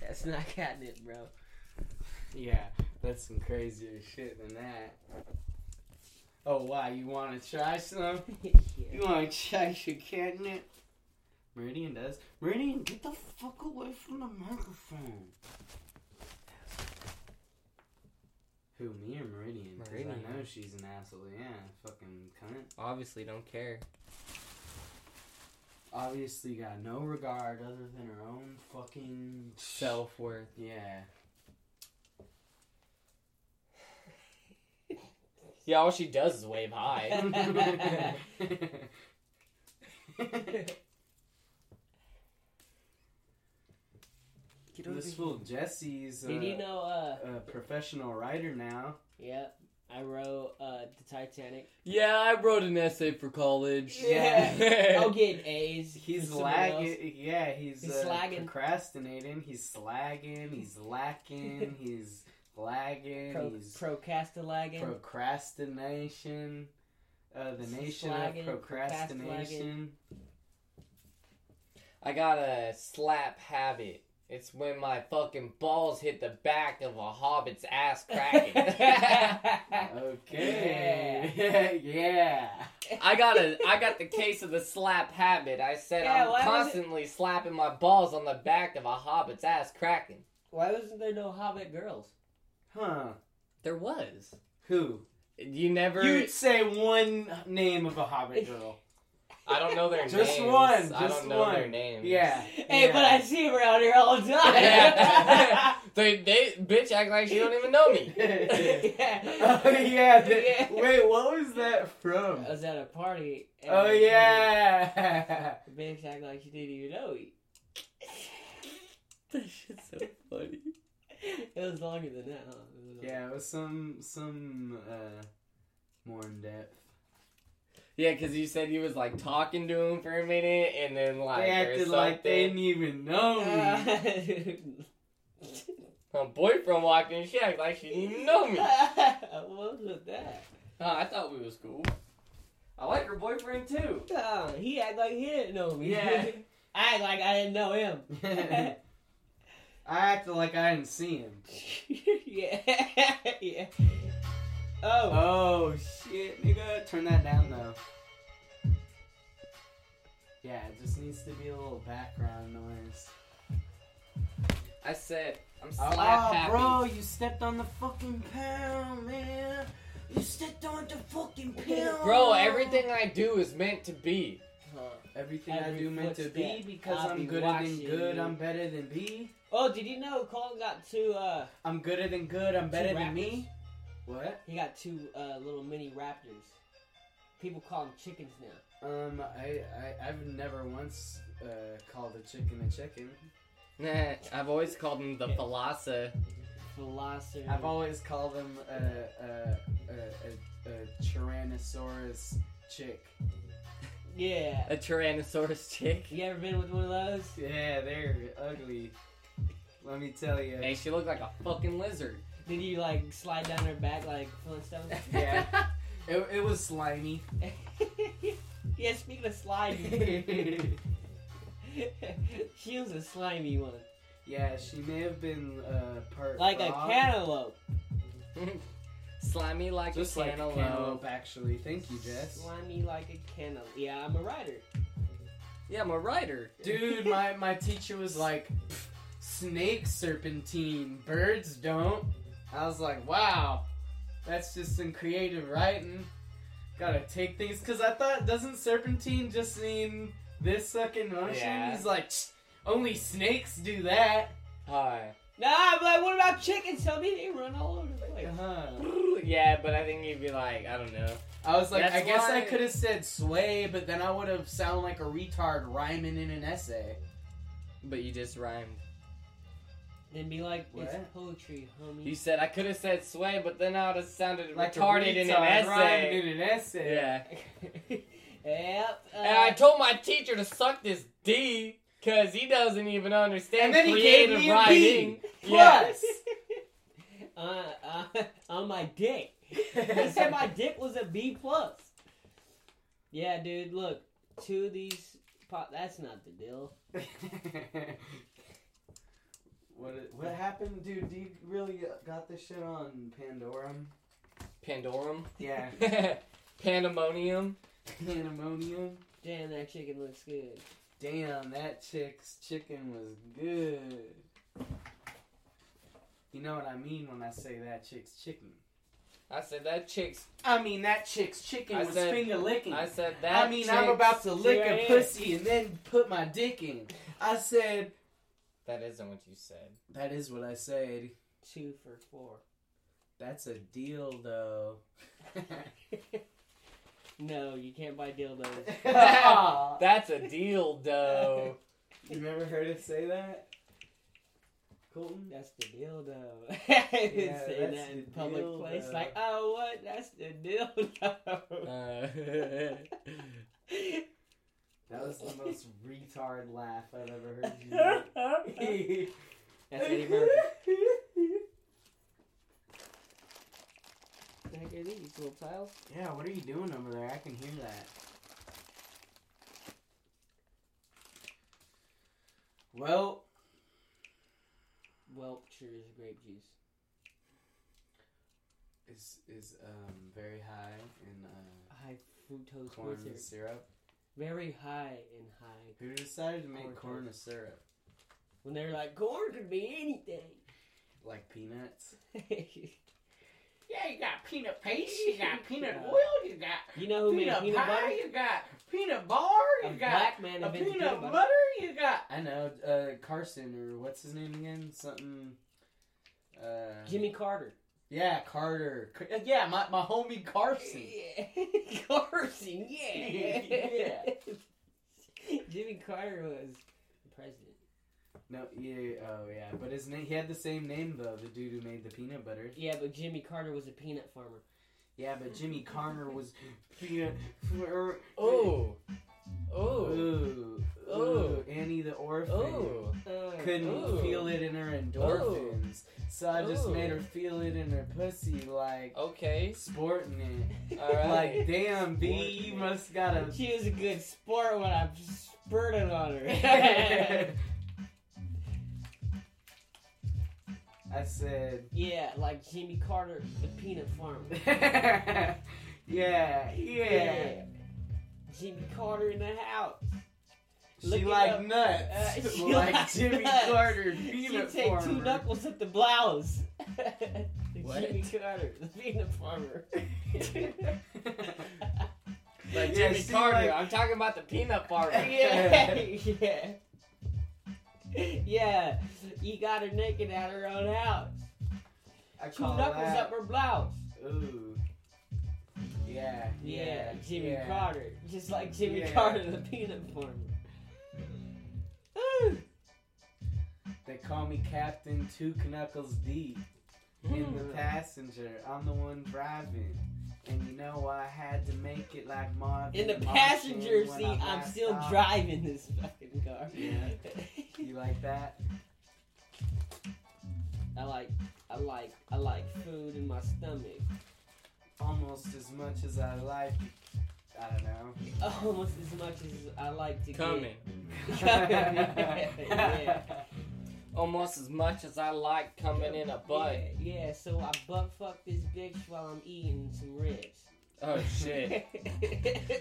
That's not catnip, bro. Yeah, that's some crazier shit than that. Oh, wow, you want to try some? You yeah. want to try your catnip? Meridian does. Meridian, get the fuck away from the microphone. Who, me or Meridian? 'Cause Meridian. I know she's an asshole. Yeah, fucking cunt. Obviously, don't care. obviously got no regard other than her own fucking Self worth. Yeah. Yeah, all she does is wave hi. this fool Jesse's uh, Did you know, uh, a professional writer now. yeah, I wrote, uh, The Titanic. yeah, I wrote an essay for college. Yeah. I'll get A's. for He's someone else. lagging. Yeah, he's, He's uh, slagging. procrastinating. He's slagging. He's lacking. he's lagging. Pro, he's procrastinating. procrastination. Uh, the nation Slagging, of procrastination. I got a slap habit. It's when my fucking balls hit the back of a hobbit's ass cracking. Okay. Yeah. yeah. I got a I got the case of the slap habit. I said Yeah, why was I'm it- constantly slapping my balls on the back of a hobbit's ass cracking. Why wasn't there no Hobbit girls? Huh. There was. Who? You never You'd say one name of a Hobbit girl. I don't know their names. Just one, I just don't know their one. names. Yeah. Hey, but I see him around here all the time. Yeah. They they bitch act like she don't even know me. I. yeah. oh yeah, the- Yeah. Wait, what was that from? I was at a party. and Oh yeah. The bitch act like she didn't even know me. that shit's so funny. It was longer than that, huh? It was Yeah, it was some some uh more in depth. Yeah, because you said you was like talking to him for a minute, and then like they or acted like they something. didn't even know Oh. me. Her boyfriend walked in, she acted like she didn't even know me. what was that? Oh, I thought we was cool. I like her boyfriend too. Uh, he act like he didn't know me. Yeah. I act like I didn't know him. I acted like I didn't see him. yeah. yeah. Oh. Oh shit, nigga. Turn that down though. Yeah, it just needs to be a little background noise. I said I'm slap Oh, happy. bro, you stepped on the fucking pound, man. You stepped on the fucking pound. Bro, everything I do is meant to be. Huh. Oh. Everything I Every do meant to be footstep, because I'll I'm be gooder than watching good, you. I'm better than B. Oh, did you know Colton got two? Uh, I'm gooder than good, I'm better two than raptors? me. What? He got two uh, little mini raptors. People call them chickens now. Um, I, I I've never once uh, called a chicken a chicken. Nah, I've always called him the philosopher. Velociraptor. I've always called him a a, a, a, a Tyrannosaurus chick. yeah. A Tyrannosaurus chick. You ever been with one of those? Yeah, they're ugly. Let me tell you. Hey, she looked like a fucking lizard. Did you like slide down her back like Flintstones? Yeah. It, it was slimy. yeah. Speaking of slimy, yeah, she was a slimy one, she may have been uh, part like frog. a cantaloupe. Slimy like Just a like a cantaloupe. cantaloupe, actually. Thank you, Jess. Slimy like a cantaloupe. Yeah, I'm a writer. Yeah, I'm a writer. Dude, my, my teacher was like, "Pff, snake serpentine, birds don't. I was like, wow, that's just some creative writing. Gotta take things because I thought doesn't serpentine just mean this fucking motion? Yeah. He's like, "Tch, only snakes do that. Hi. Nah, but what about chickens? Tell me they run all over the place. Uh-huh. Yeah, but I think you'd be like, I don't know. I was like, That's I guess I why- could have said sway, but then I would have sounded like a retard rhyming in an essay. But you just rhymed. Then be like, it's What? poetry, homie. You said I could have said sway, but then I would have sounded Like a retarded in an retard rhyming essay. in an essay. Yeah. yep. Uh, And I told my teacher to suck this D, cause he doesn't even understand And then he creative gave me a writing. B Yeah. plus. uh, uh, on my dick. He said my dick was a B plus. Yeah, dude. Look, two of these. Po- that's not the deal. what it- what happened, dude? Do you really got this shit on Pandora? Pandorum. Yeah, Pandemonium. Pandemonium. Damn, that chicken looks good. Damn, that chick's chicken was good. You know what I mean when I say that chick's chicken. I said that chick's. I mean that chick's chicken I was said- finger licking. I said that. I mean I'm about to chick's lick a chick- pussy and then put my dick in. I said That isn't what you said. that is what I said. Two for four. That's a deal though. No, you can't buy dildos. you That's a deal, though. never heard it say that? Colton? That's the dildo. I didn't Yeah, say that's that in the public dildo. place. Like, oh, what? That's the dildo. Uh, That was the most retard laugh I've ever heard you make. That's Eddie Murphy. Can I get these little tiles? Yeah, what are you doing over there? I can hear that. Well, Welp sure is grape juice. is is um very high in uh, High fructose corn corn syrup. Very high and high. Who decided to Corn make corn syrup. a syrup? When they're like, corn could be anything. Like peanuts? Yeah, you got peanut paste, you got peanut oil, you got you know who made peanut butter? you got peanut bar, A black man invented peanut, butter. you got I know uh, Carson or what's his name again? Something. Uh, Jimmy Carter. Yeah, Carter. Car- Yeah, my my homie Carson. Yeah. Carson, yeah. Yeah. Jimmy Carter was the president. No, yeah, oh yeah, but his name he had the same name though. The dude who made the peanut butter. Yeah, but Jimmy Carter was a peanut farmer. Yeah, but Jimmy Carter was peanut. fur- oh. Oh. ooh, ooh, Ooh. Annie the orphan. Oh. Uh, Couldn't Ooh. feel it in her endorphins, so I just Ooh. made her feel it in her pussy, like Oh. Okay. sporting it. All right. Like, damn, B, Sporting you it. must got a. She was a good sport when I spurted on her. I said. yeah, like Jimmy Carter, the peanut farmer. yeah, yeah. Jimmy Carter in the house. Look She it like up. Uh, nuts. she like, like Jimmy nuts. Carter She peanut take farmer. two knuckles at the blouse. What? Jimmy Carter, the peanut farmer. Like Yeah, Jimmy see, Carter. like- I'm talking about the peanut farmer. yeah, yeah, yeah. You got her naked at her own house. I Two call knuckles that. up her blouse. Ooh. Yeah. Yeah, Yeah. Jimmy yeah. Carter, just like Jimmy Yeah. Carter, the peanut farmer. Ooh. They call me Captain Two Knuckles Deep. In Hmm. the passenger, I'm the one driving. And you know I had to make it like Marvin. In the Martian passenger when seat, I I'm last still saw- driving this fucking car. Yeah. You like that? I like, I like, I like food in my stomach. Almost as much as I like. I don't know. almost as much as I like to Coming. get. yeah. Almost as much as I like coming in a butt. Yeah, yeah, so I butt fuck this bitch while I'm eating some ribs. Oh shit.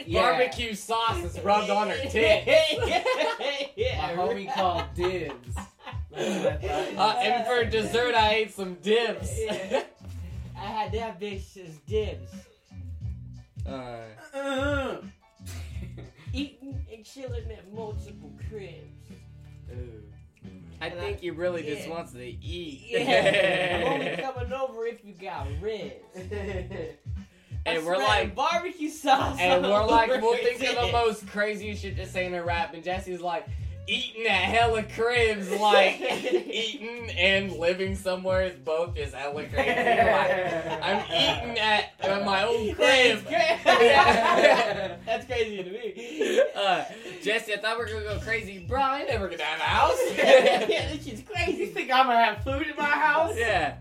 Yeah. Barbecue sauce is rubbed on her tit. yeah, My homie called dibs. That's what I Uh, thought. and for dessert, I ate some dibs. I had that bitch as dibs. Uh, Eating and chilling at multiple cribs. I And think I- he really just yeah. wants to eat. Yeah, I'm only coming over if you got ribs. I and we're spread like, barbecue sauce. and all we're like, over we'll it. think of the most craziest shit to say in a rap. And Jesse's like, eating at hella cribs, like eating and living somewhere is both just hella crazy. Like, I'm eating at uh, my own crib. That's, cra- That's crazy to me. Uh, Jesse, I thought we were gonna go crazy, bro. I ain't never gonna have a yeah, house. this shit's You crazy. think I'm gonna have food in my house? yeah.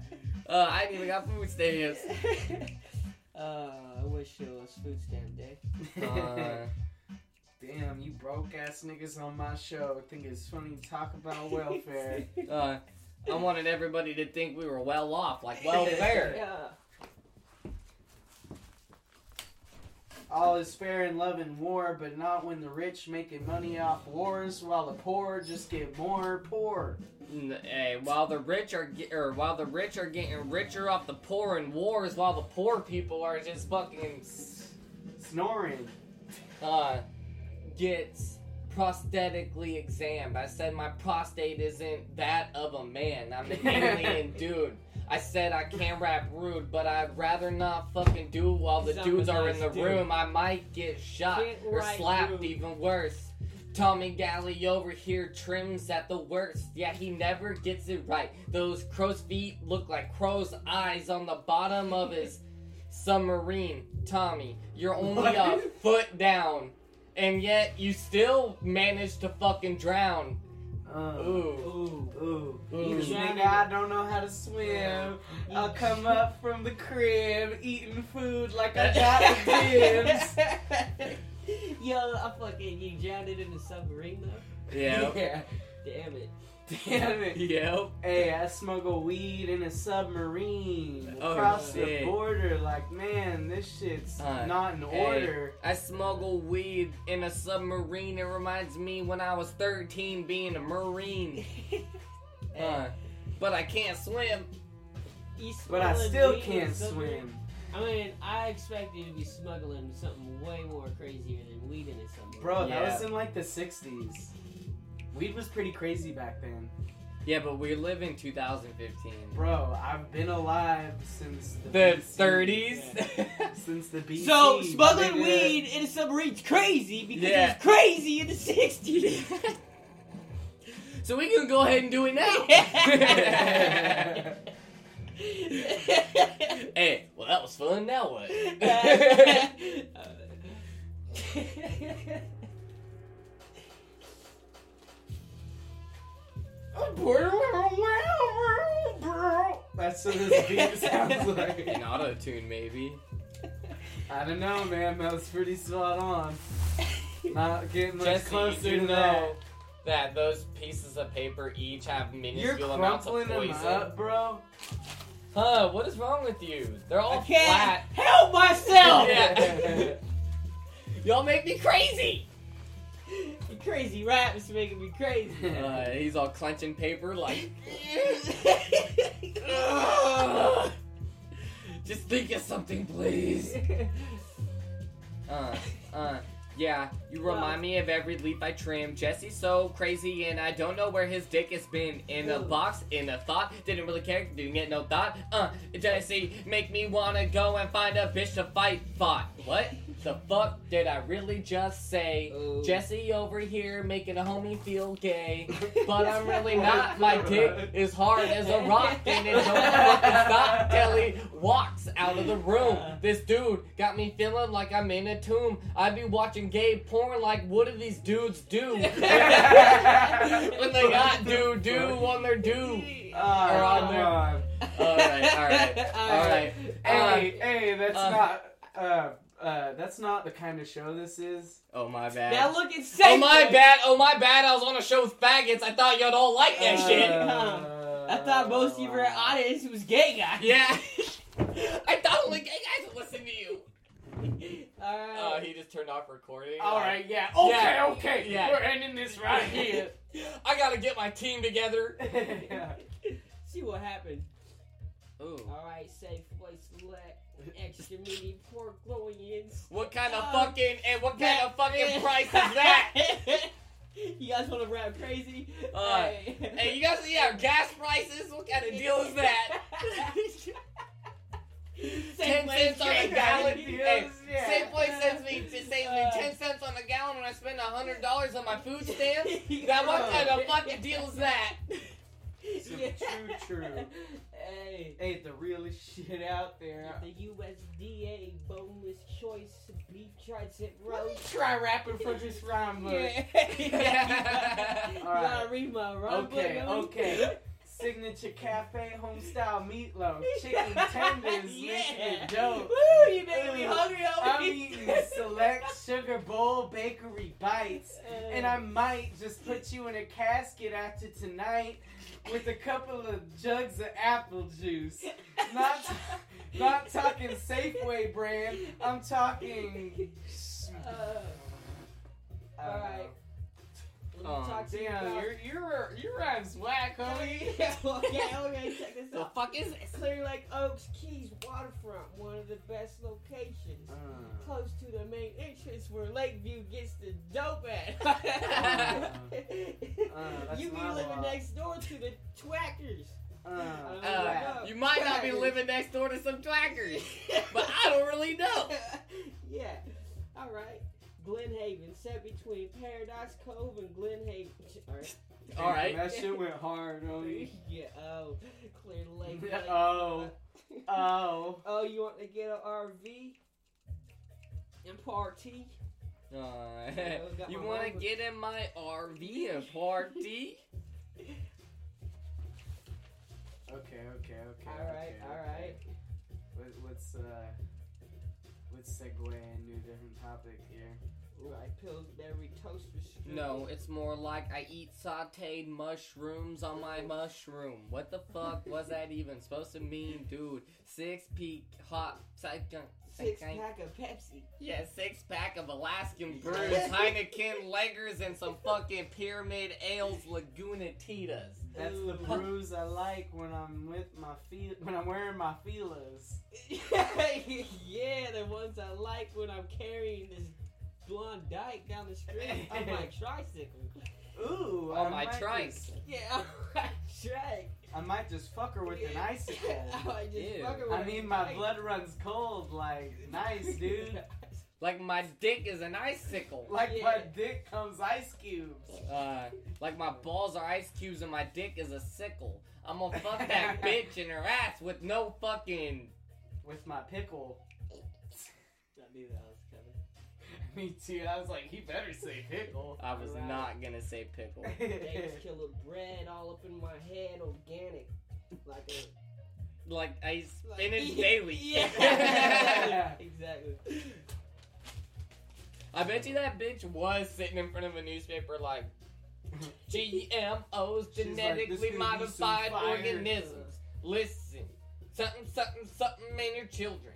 Uh, I ain't even got food stamps. uh, I wish it was food stamp day. Uh, Damn, you broke ass niggas on my show think it's funny to talk about welfare. uh, I wanted everybody to think we were well off, like well fair. Yeah. All is fair in love and war, but not when the rich making money off wars while the poor just get more poor. N- Hey, while the rich are ge- or while the rich are getting richer off the poor in wars, while the poor people are just fucking Snoring. uh, gets prosthetically examined. I said my prostate isn't that of a man. I'm an alien dude. I said I can rap rude, but I'd rather not fucking do it while the Sound dudes are nice in the dude. room. I might get shot Can't or write slapped, rude. even worse. Tommy Galley over here trims at the worst. Yeah, he never gets it right. Those crow's feet look like crow's eyes on the bottom of his submarine. Tommy, you're only a What? foot down, and yet you still manage to fucking drown. Uh, Ooh. Ooh. ooh. Ooh. This nigga, I don't know how to swim. I'll come up from the crib eating food like I got the dibs. Yo, I fucking you drowned it in the submarine though. Yep. Yeah. Damn it. Damn it. Yep. Hey, I smuggle weed in a submarine Oh, across shit. the border. Like, man, this shit's Uh, not in hey. order. I smuggle weed in a submarine. It reminds me when I was 13 being a Marine. Uh, but I can't swim. You But I smuggling still weed in can't submarine? swim. I mean, I expected you to be smuggling something way more crazier than weed in it somewhere. Bro, Yeah. that was in like the 60s. Weed was pretty crazy back then. Yeah, but we live in 2015. Bro, I've been alive since the, The BC. 30s. Since the BC. So smuggling nigga. weed in a submarine's crazy because Yeah. it was crazy in the sixties. so we can go ahead and do it now. hey, well that was fun. Now what? That's what this beat sounds An like. auto tune, maybe. I don't know, man. That was pretty spot on. Not getting much Jesse, closer you to do that. know that those pieces of paper each have You're minuscule amounts of crumpling them poison. up, bro. Huh? What is wrong with you? They're I all can't flat. help myself. Yeah. Y'all make me crazy. The crazy rap is making me crazy. Uh, he's all clenching paper like. Ugh. Just think of something, please. Uh, uh, yeah, you remind me of every leaf I trim. Jesse's so crazy, and I don't know where his dick has been. In a Ooh. box, in a thought, didn't really care, didn't get no thought. Uh, Jesse, make me wanna go and find a bitch to fight. Fought. What the fuck did I really just say? Ooh. Jesse over here making a homie feel gay. But I'm really not. My dick is hard as a rock, and it don't fucking stop till he walks out of the room. This dude got me feeling like I'm in a tomb. I be watching gay porn like what do these dudes do? when they got doo doo on their doo. Uh, Ah, Or on come their- on. Alright, alright, alright. Uh, Hey, hey, that's uh, not. Uh, uh, that's not the kind of show this is. oh my Now bad. look at Oh my bad, oh my bad, I was on a show with faggots. I thought y'all don't like that shit. Uh, I thought most of your audience was gay guys. Yeah. I thought only gay guys would listen to you. Oh, Alright. he just turned off recording. All right, yeah. Okay, Yeah, okay. yeah. We're ending this right here. I gotta get my team together. yeah. See what happened. Ooh. Alright, safe place select. Extra meaty pork loins. What kind of Um, fucking and what kind of fucking Yeah. price is that? you guys want to rap crazy? Uh, Hey. hey, you guys, yeah, gas prices. What kind of deal is that? Ten cents on a gallon. Hey, Safeway sends me it saves me Uh, ten cents on a gallon when I spend a hundred dollars on my food stamps. Now what kind of fucking deal is that? Some true, true. Hey. Ain't the realest shit out there. The USDA boneless choice beef tricep Let me roast. try rapping for this rhyme book. Yeah. you gotta read my rhyme book, Okay, homie. okay. Signature cafe, homestyle meatloaf, chicken tenders, yeah. liquid dough. Woo, you making me Ooh, hungry, homie. I'm eating select sugar bowl bakery bites. Uh. And I might just put you in a casket after tonight with a couple of jugs of apple juice. Not, not talking Safeway brand. I'm talking. Uh, Alright. let me Um, talk to you Damn, about- your your your rhymes whack, homie. Yeah, okay, okay, check this The out. fuck is this? Clear Lake Oaks Keys waterfront, one of the best locations. Close to the main entrance where Lakeview gets the dope at. Uh, that's you be my living law. next door to the twackers. Uh, uh, Uh, whack. You might not be living next door to some twackers, but I don't really know. yeah. All right. Glen Haven, set between Paradise Cove and Glen Haven. All right. All right. That shit went hard, homie. yeah. Oh, Clear Lake. Lake. Oh. Oh. Oh, you want to get an RV and party? Uh, you want to get in my RV and party? Okay, okay, okay. All right, okay, all okay. right. Let, let's uh, let's segue into a different topic here. Right, Pillsbury toast with strawberry. No, it's more like I eat sauteed mushrooms on my mushroom. What the fuck was that even supposed to mean, dude? Six peak hot. six pack of Pepsi. Yeah, six pack of Alaskan brews, Heineken lagers, and some fucking pyramid ales, Laguna Titas. That's the Ooh. brews I like when I'm with my feet when I'm wearing my feelers. yeah, the ones I like when I'm carrying this blonde dyke down the street on my tricycle. Ooh, On I my might trike. just- Yeah, I tried. I might just fuck her with an icicle. Oh, I just Ew. fucking I with mean, a my dyke. blood runs cold. Like, nice, dude. Like my dick is an icicle. Like my Yeah. dick comes ice cubes. Uh, like my balls are ice cubes and my dick is a sickle. I'm gonna fuck that bitch in her ass with no fucking. With my pickle. I knew that was coming. Me too. I was like, he better say pickle. I was not gonna say pickle. Dave's killer bread all up in my head, organic, like a Like I Like- spin it daily. Yeah. exactly. I bet you that bitch was sitting in front of a newspaper like GMOs, She's like, "This genetically could be some modified fire." organisms. Listen, something, something, something in your children.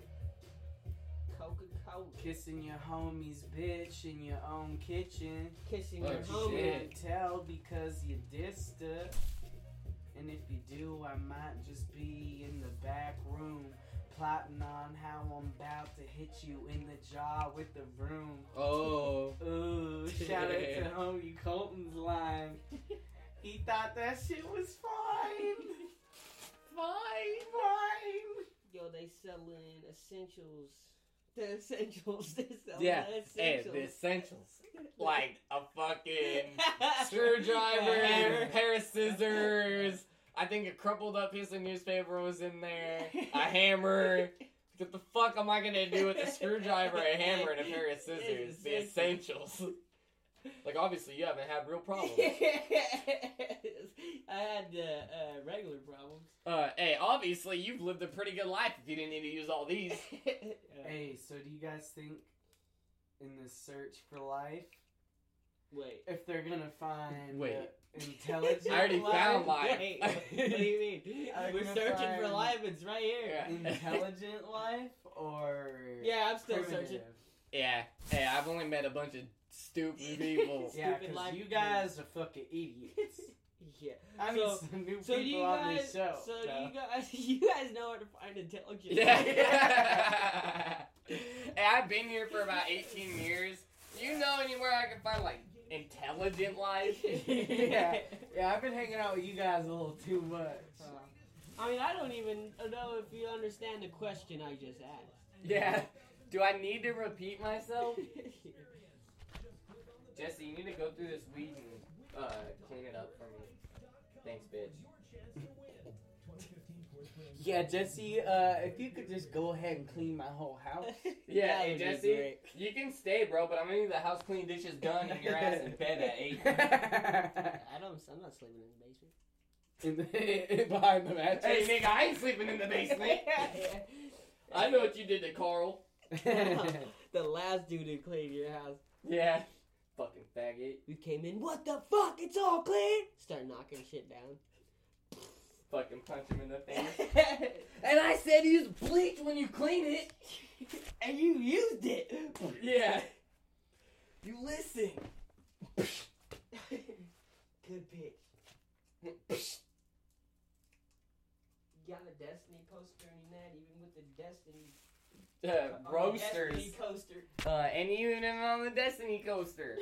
Coca Cola. Kissing your homie's bitch in your own kitchen. Kissing Oh, your You homie. shit. can't tell because you dissed her. And if you do, I might just be in the back room plotting on how I'm about to hit you in the jaw with the broom. Oh, Ooh, shout out Yeah. to homie Colton's line. He thought that shit was fine. fine. Fine. Yo, they selling essentials. The essentials. They selling Yeah, the Hey, essentials. the essentials. Like a fucking screwdriver, Hammer. pair of scissors. I think a crumpled up piece of newspaper was in there. A hammer. What the fuck am I gonna do with a screwdriver, a hammer, and a pair of scissors? The essentials. Like obviously you haven't had real problems. I had uh, uh, regular problems. Uh, hey, obviously you've lived a pretty good life if you didn't need to use all these. Uh, Hey, so do you guys think in the search for life, wait. if they're gonna find Wait. the intelligent I already life, found mine. Wait, what do you mean? I'm We're gonna searching for find- life. It's right here. intelligent life or Yeah, I'm still primitive? searching. Yeah. Hey, I've only met a bunch of stupid people. Yeah, Stupid because life. you guys are fucking idiots. Yeah. I mean, So- some new So do people you on guys? this show. so do bro. you guys? You guys know where to find intelligence. Yeah. hey, I've been here for about 18 years. Do you know anywhere I can find, like, intelligent life? Yeah. yeah, I've been hanging out with you guys a little too much. Oh. I mean, I don't even know if you understand the question I just asked. Yeah. Do I need to repeat myself? Jesse, you need to go through this weed and uh, clean it up for me. Thanks, bitch. yeah, Jesse, uh, if you could just go ahead and clean my whole house. Yeah, that hey, would be Jesse, you can stay, bro, but I'm gonna need the house clean dishes done and your ass in bed at 8. I don't. I'm not sleeping in the basement. in the, behind the hey, mattress. nigga, I ain't sleeping in the basement. I know what you did to Carl. the last dude who cleaned your house, Yeah. Fucking faggot. we came in. What the fuck? It's all clean. Start knocking shit down. Fucking punch him in the face. and I said use bleach when you clean it. and you used it. Yeah. You listen. Good pitch. You got a destiny poster and that, even with the destiny Uh, roasters. Destiny coaster. Uh, and you and him on the Destiny coaster.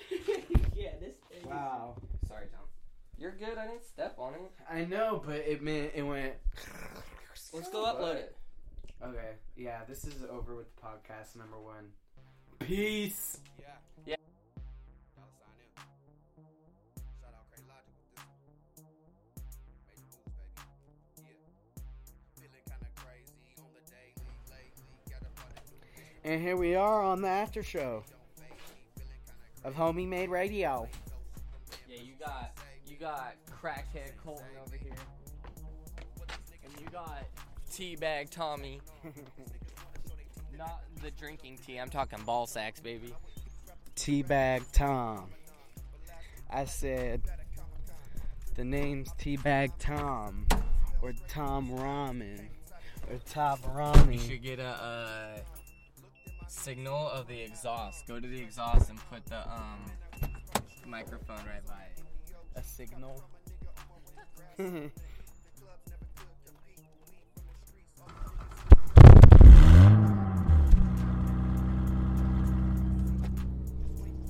yeah, this thing. is- wow. Sorry, Tom. You're good. I didn't step on it. I know, but it meant it went. Let's go upload it. Okay, yeah, this is over with podcast number one. Peace. Yeah. Yeah. Dollar sign in. Shout out Crazy Logic with this one. Make moves, baby. Yeah. Feeling kinda crazy on the daily lately. Got a funny new bitch, And here we are on the after show don't fade me. Feeling kinda of Homie Made Radio. Yeah, you got you got crackhead Colton over here, and you got teabag Tommy. Not the drinking tea. I'm talking ball sacks, baby. Teabag Tom. I said the name's Teabag Tom or Tom Ramen or Top You Ramen. should get a, uh signal of the exhaust. Go to the exhaust and put the um microphone right by it. A signal.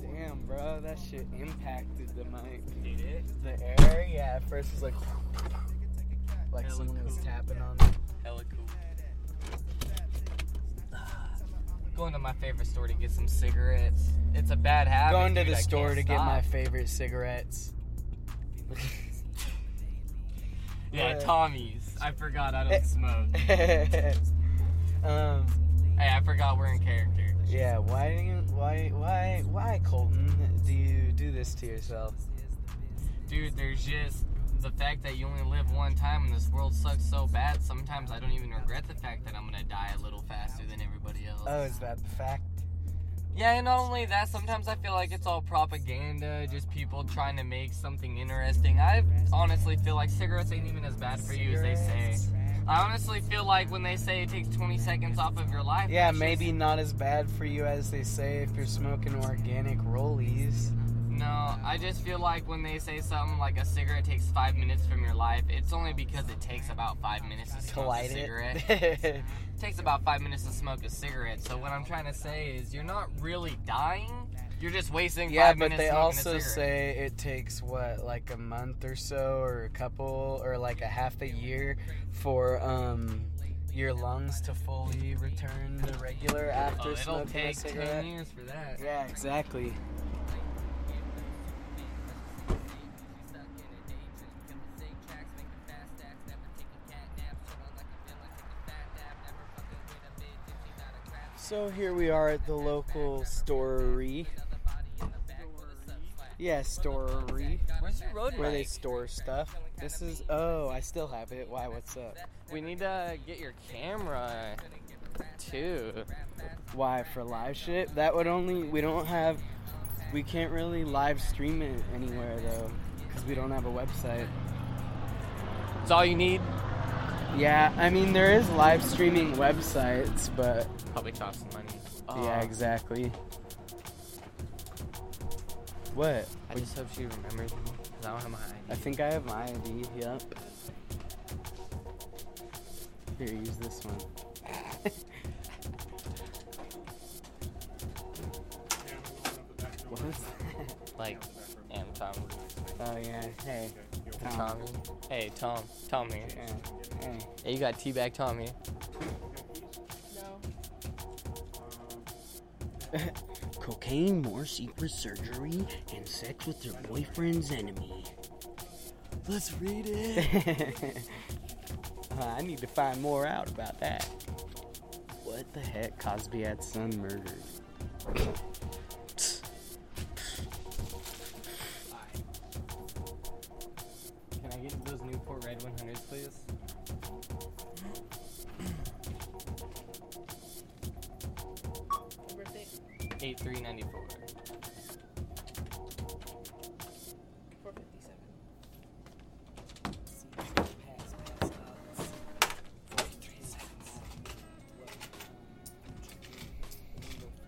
Damn, bro, that shit impacted the mic. Did it? The air, yeah, at first it's like like someone was tapping on it. Hella cool. Going to my favorite store to get some cigarettes. It's a bad habit. Going to dude. the I can't store to get my stop. favorite cigarettes. Yeah, Uh, Tommy's. I forgot I Eh. don't smoke. um, Hey, I forgot we're in character. yeah, why do you, why, why, why, Colton, do you do this to yourself? Dude, there's just the fact that you only live one time and this world sucks so bad, sometimes I don't even regret the fact that I'm gonna die a little faster than everybody else. Oh, is that the fact? Yeah, and not only that, sometimes I feel like it's all propaganda, just people trying to make something interesting. I honestly feel like cigarettes ain't even as bad for you as they say. I honestly feel like when they say it takes 20 seconds off of your life, Yeah, that's just- maybe not as bad for you as they say if you're smoking organic rollies. No, I just feel like when they say something like a cigarette takes five minutes from your life, it's only because it takes about five minutes to To smoke a light cigarette. it. It takes about five minutes to smoke a cigarette. So what I'm trying to say is, you're not really dying. You're just wasting yeah, five but minutes. they smoking a also cigarette. say it takes what, like a month or so, or a couple, or like a half a year for um your lungs to fully return to regular after Oh, it'll smoking a take cigarette. ten years for that. Yeah, exactly. So here we are at the local story. Yeah, story. Where's your road Where they bike? store stuff. This is. Oh, I still have it. Why, what's up? We need to get your camera too. Why, for live shit? That would only. We don't have. We can't really live stream it anywhere, though. Because we don't have a website. It's all you need. Yeah, I mean, there is live streaming websites, but. Probably costs money. yeah, Uh, exactly. What? I just hope she remembers me. 'cause I don't have my ID. I think I have my ID. Yep. Here, use this one. what is that? Like, yeah, I'm Tommy. Oh yeah. Hey. Tom. Tommy. Hey, Tom. Tom here. Yeah. Hey. Hey, you got Teabag Tom here. Cocaine, more secret surgery, and sex with your boyfriend's enemy. Let's read it. Uh, I need to find more out about that. What the heck? Cosby had son murdered. Can I get those Newport Red 100s, please? Birthday. 8394. 457.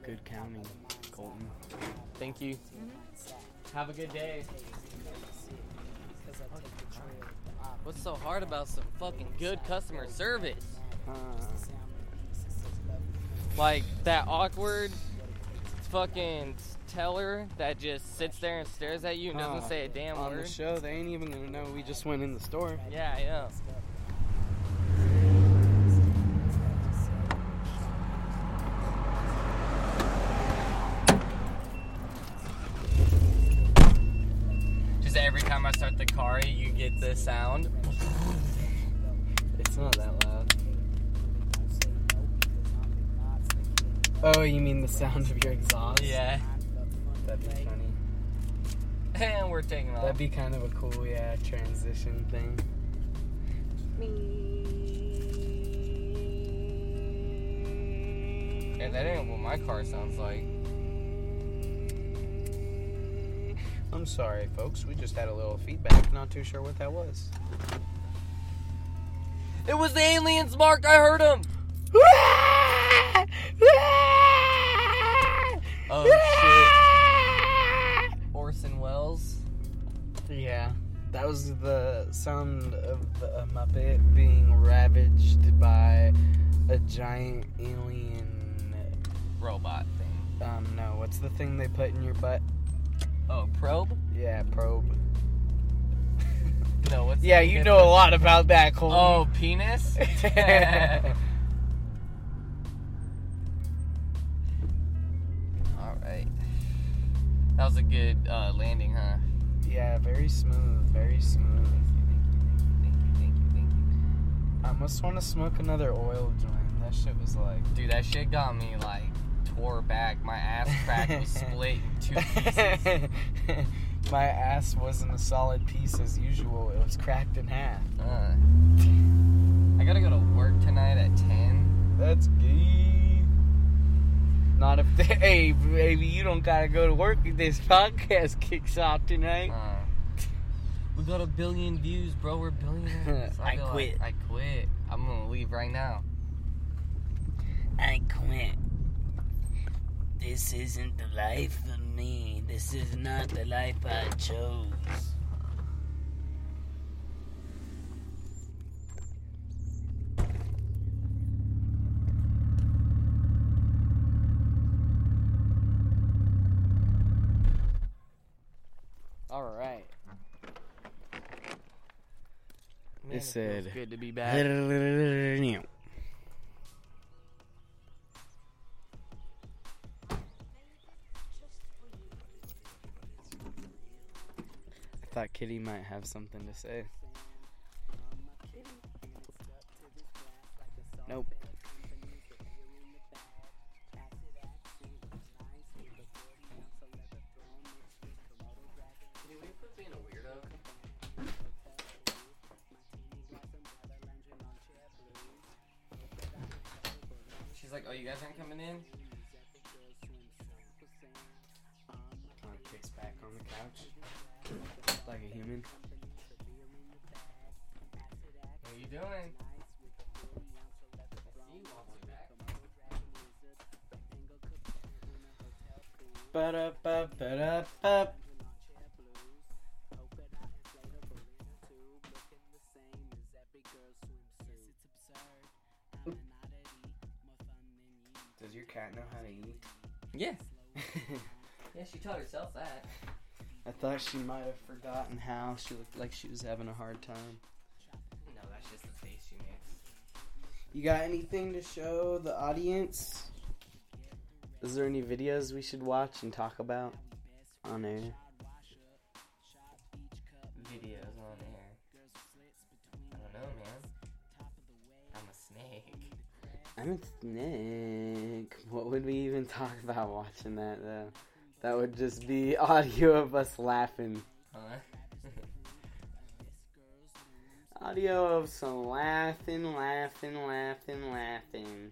Good counting, Colton. Thank you. Have a good day. What's so hard about some fucking good customer service? Huh. Like that awkward fucking teller that just sits there and stares at you and doesn't Huh. say a damn On word. the show, they ain't even gonna know we just went in the store. Yeah, I know. Just every time I start the car, you get the sound. It's not that loud. Oh, you mean the sound of your exhaust? Yeah. That'd be funny. And we're taking off. That'd be kind of a cool, yeah, transition thing. Yeah, that ain't what my car sounds like. I'm sorry, folks. We just had a little feedback. Not too sure what that was. It was the aliens, Mark. I heard them. Oh shit. Orson Welles. Yeah, that was the sound of the, a Muppet being ravaged by a giant alien. Robot thing. Um, no, what's the thing they put in your butt? Oh, probe? Yeah, probe. No, what's Yeah, the you difference? know a lot about that, Cole. Oh, penis? Alright. That was a good uh, landing, huh? yeah, very smooth, very smooth. Thank you, thank you, thank you. I must want to smoke another oil joint. That shit was like. Dude, that shit got me like tore back. My ass crack was split in two pieces. My ass wasn't a solid piece as usual. It was cracked in half. Uh, I gotta go to work tonight at 10. That's gay. Not if they, hey baby, you don't gotta go to work. if This podcast kicks off tonight. Uh, we got a billion views, bro. We're billionaires. Hmm. I feel like- quit. I quit. I'm gonna leave right now. I quit. This isn't the life for me. This is not the life I chose. All right. Man, It said- good to be back. That's I thought Kitty might have something to say. Nope. She's like, "Oh, you guys aren't coming in." Kicks back on the couch like a human. What are you doing? Ba-da-ba-ba-da-ba. cat know how to eat? Yeah. Yeah, she taught herself that. I thought she might have forgotten how. She looked like she was having a hard time. No, that's just the face she makes. You got anything to show the audience? Is there any videos we should watch and talk about on air? Videos on air. I don't know, man. I'm a snake. I'm a snake. What would we even talk about watching that though? That would just be audio of us laughing. Huh? Audio of some laughing, laughing, laughing, laughing.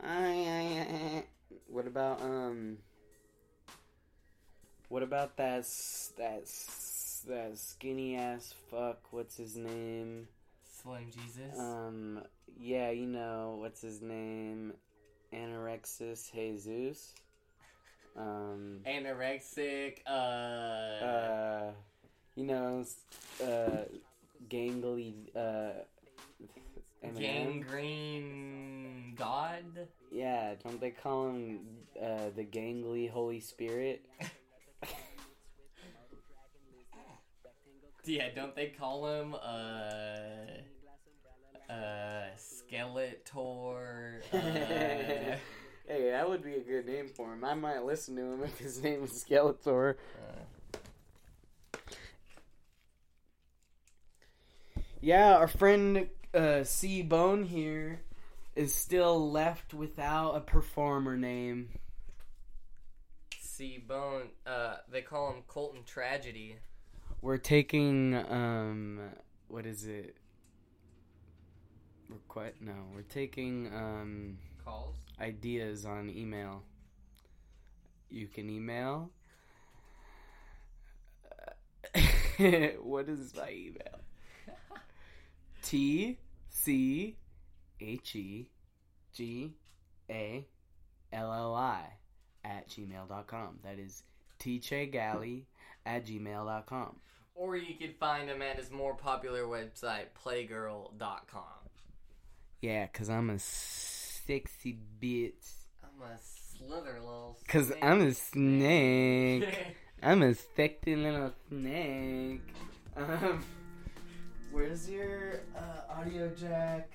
Ay, ay, ay, ay. What about um? What about that s- that s- that skinny ass fuck? What's his name? Slim Jesus. Um, yeah, you know what's his name? Anorexis Jesus. Um, Anorexic. Uh. uh, you know, s- uh, gangly, uh, Eminem. gangrene god. Yeah, don't they call him uh, the gangly Holy Spirit? Yeah, don't they call him uh uh Skeletor? Uh, Hey, that would be a good name for him. I might listen to him if his name was Skeletor. Yeah, our friend uh, C Bone here is still left without a performer name. C Bone. Uh, they call him Colton Tragedy. We're taking um what is it? Request no, we're taking um Calls. ideas on email. You can email what is my email? T C H E G A L L I at gmail.com. That is tchegalley at gmail.com. Or you could find him at his more popular website, Playgirl.com. Yeah, because I'm a sexy bitch. I'm a slither little. Because snake. I'm a snake. I'm a sexy little snake. Um, where's your uh, audio jack?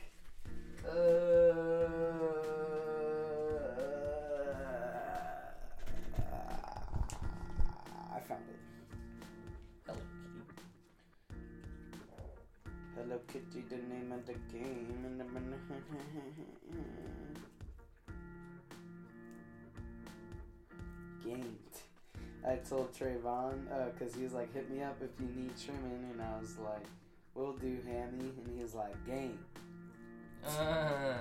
Uh, I found it. Hello Hello Kitty, the name of the game. and the- Ganked. I told Trayvon, because he was like, hit me up if you need trimming. And I was like, we'll do hammy. And he was like, gang. Uh,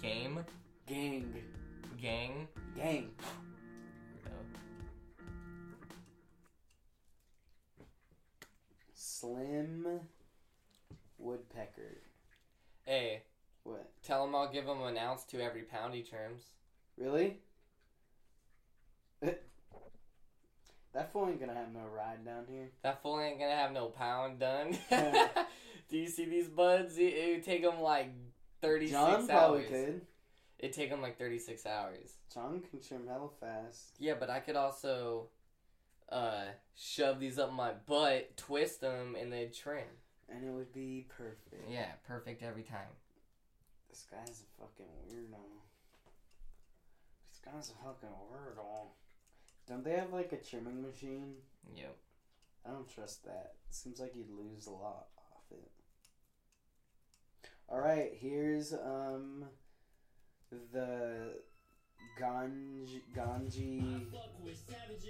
game, Gang. gang. Gang. Slim Woodpecker. Hey, What? tell him I'll give him an ounce to every pound he trims. Really? that fool ain't gonna have no ride down here. That fool ain't gonna have no pound done. Yeah. Do you see these buds? It, it would take him like 36 John probably hours. could. It'd take him like 36 hours. John can trim hella fast. Yeah, but I could also uh, shove these up my butt, twist them, and they'd trim. And it would be perfect. Yeah, perfect every time. This guy's a fucking weirdo. This guy's a fucking weirdo. Don't they have like a trimming machine? Yep. I don't trust that. Seems like you'd lose a lot off it. Alright, here's um the Ganj Ganji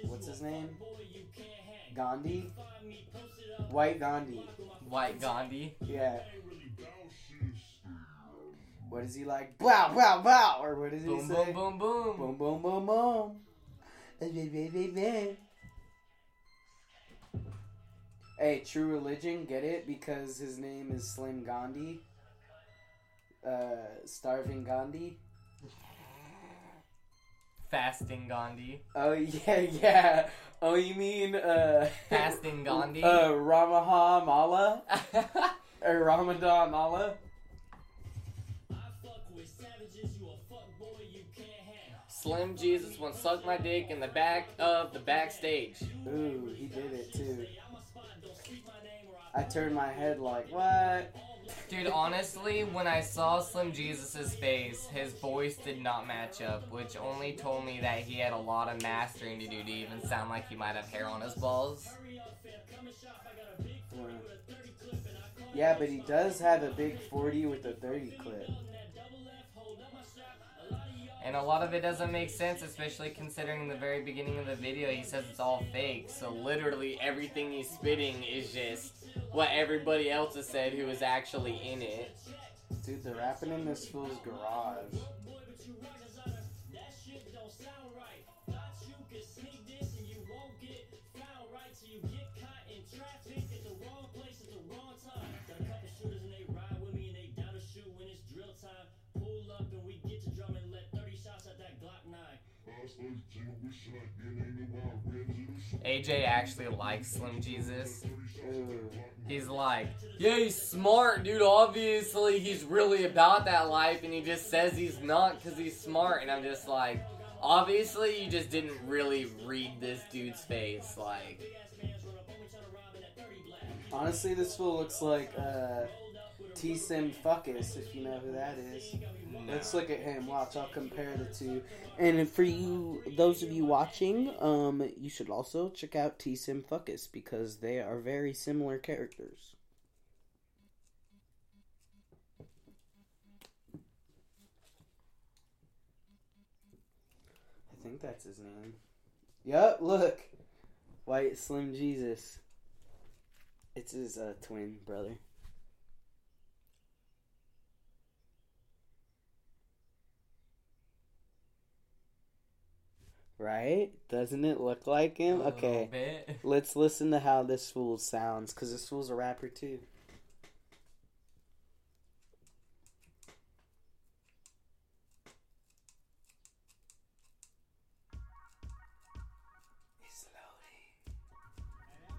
what's his name? Gandhi? White Gandhi. White Gandhi. Yeah. What is he like? Wow, wow, wow! Or what does he Boom, say? boom, boom, boom, boom, boom, boom, boom. Eh, eh, eh, eh, eh. Hey, True Religion, get it? Because his name is Slim Gandhi. Uh, Starving Gandhi. Fasting Gandhi. Oh, yeah, yeah. Oh, you mean, uh. Fasting Gandhi. Uh, Ramaha Mala? Or Ramadan Mala? Slim Jesus once sucked my dick in the back of the backstage. Ooh, he did it too. I turned my head like, what? Dude, honestly, when I saw Slim Jesus' face, his voice did not match up, which only told me that he had a lot of mastering to do to even sound like he might have hair on his balls. Yeah, but he does have a big 40 with a 30 clip. And a lot of it doesn't make sense, especially considering the very beginning of the video, he says it's all fake. So literally everything he's spitting is just what everybody else has said who is actually in it. Dude, they're rapping in this fool's garage. AJ actually likes Slim Jesus. Ooh. He's like, yeah, he's smart, dude. Obviously, he's really about that life, and he just says he's not because he's smart. And I'm just like, obviously, you just didn't really read this dude's face. Like, Honestly, this fool looks like uh, T Sim Fuckus, if you know who that is. Let's look at him. Watch, I'll compare the two. And for you, those of you watching, um, you should also check out T Sim Fuckus because they are very similar characters. I think that's his name. Yup, look. White Slim Jesus. It's his uh, twin brother. Right? Doesn't it look like a him? little Okay. bit. Let's listen to how this fool sounds, because this fool's a rapper too.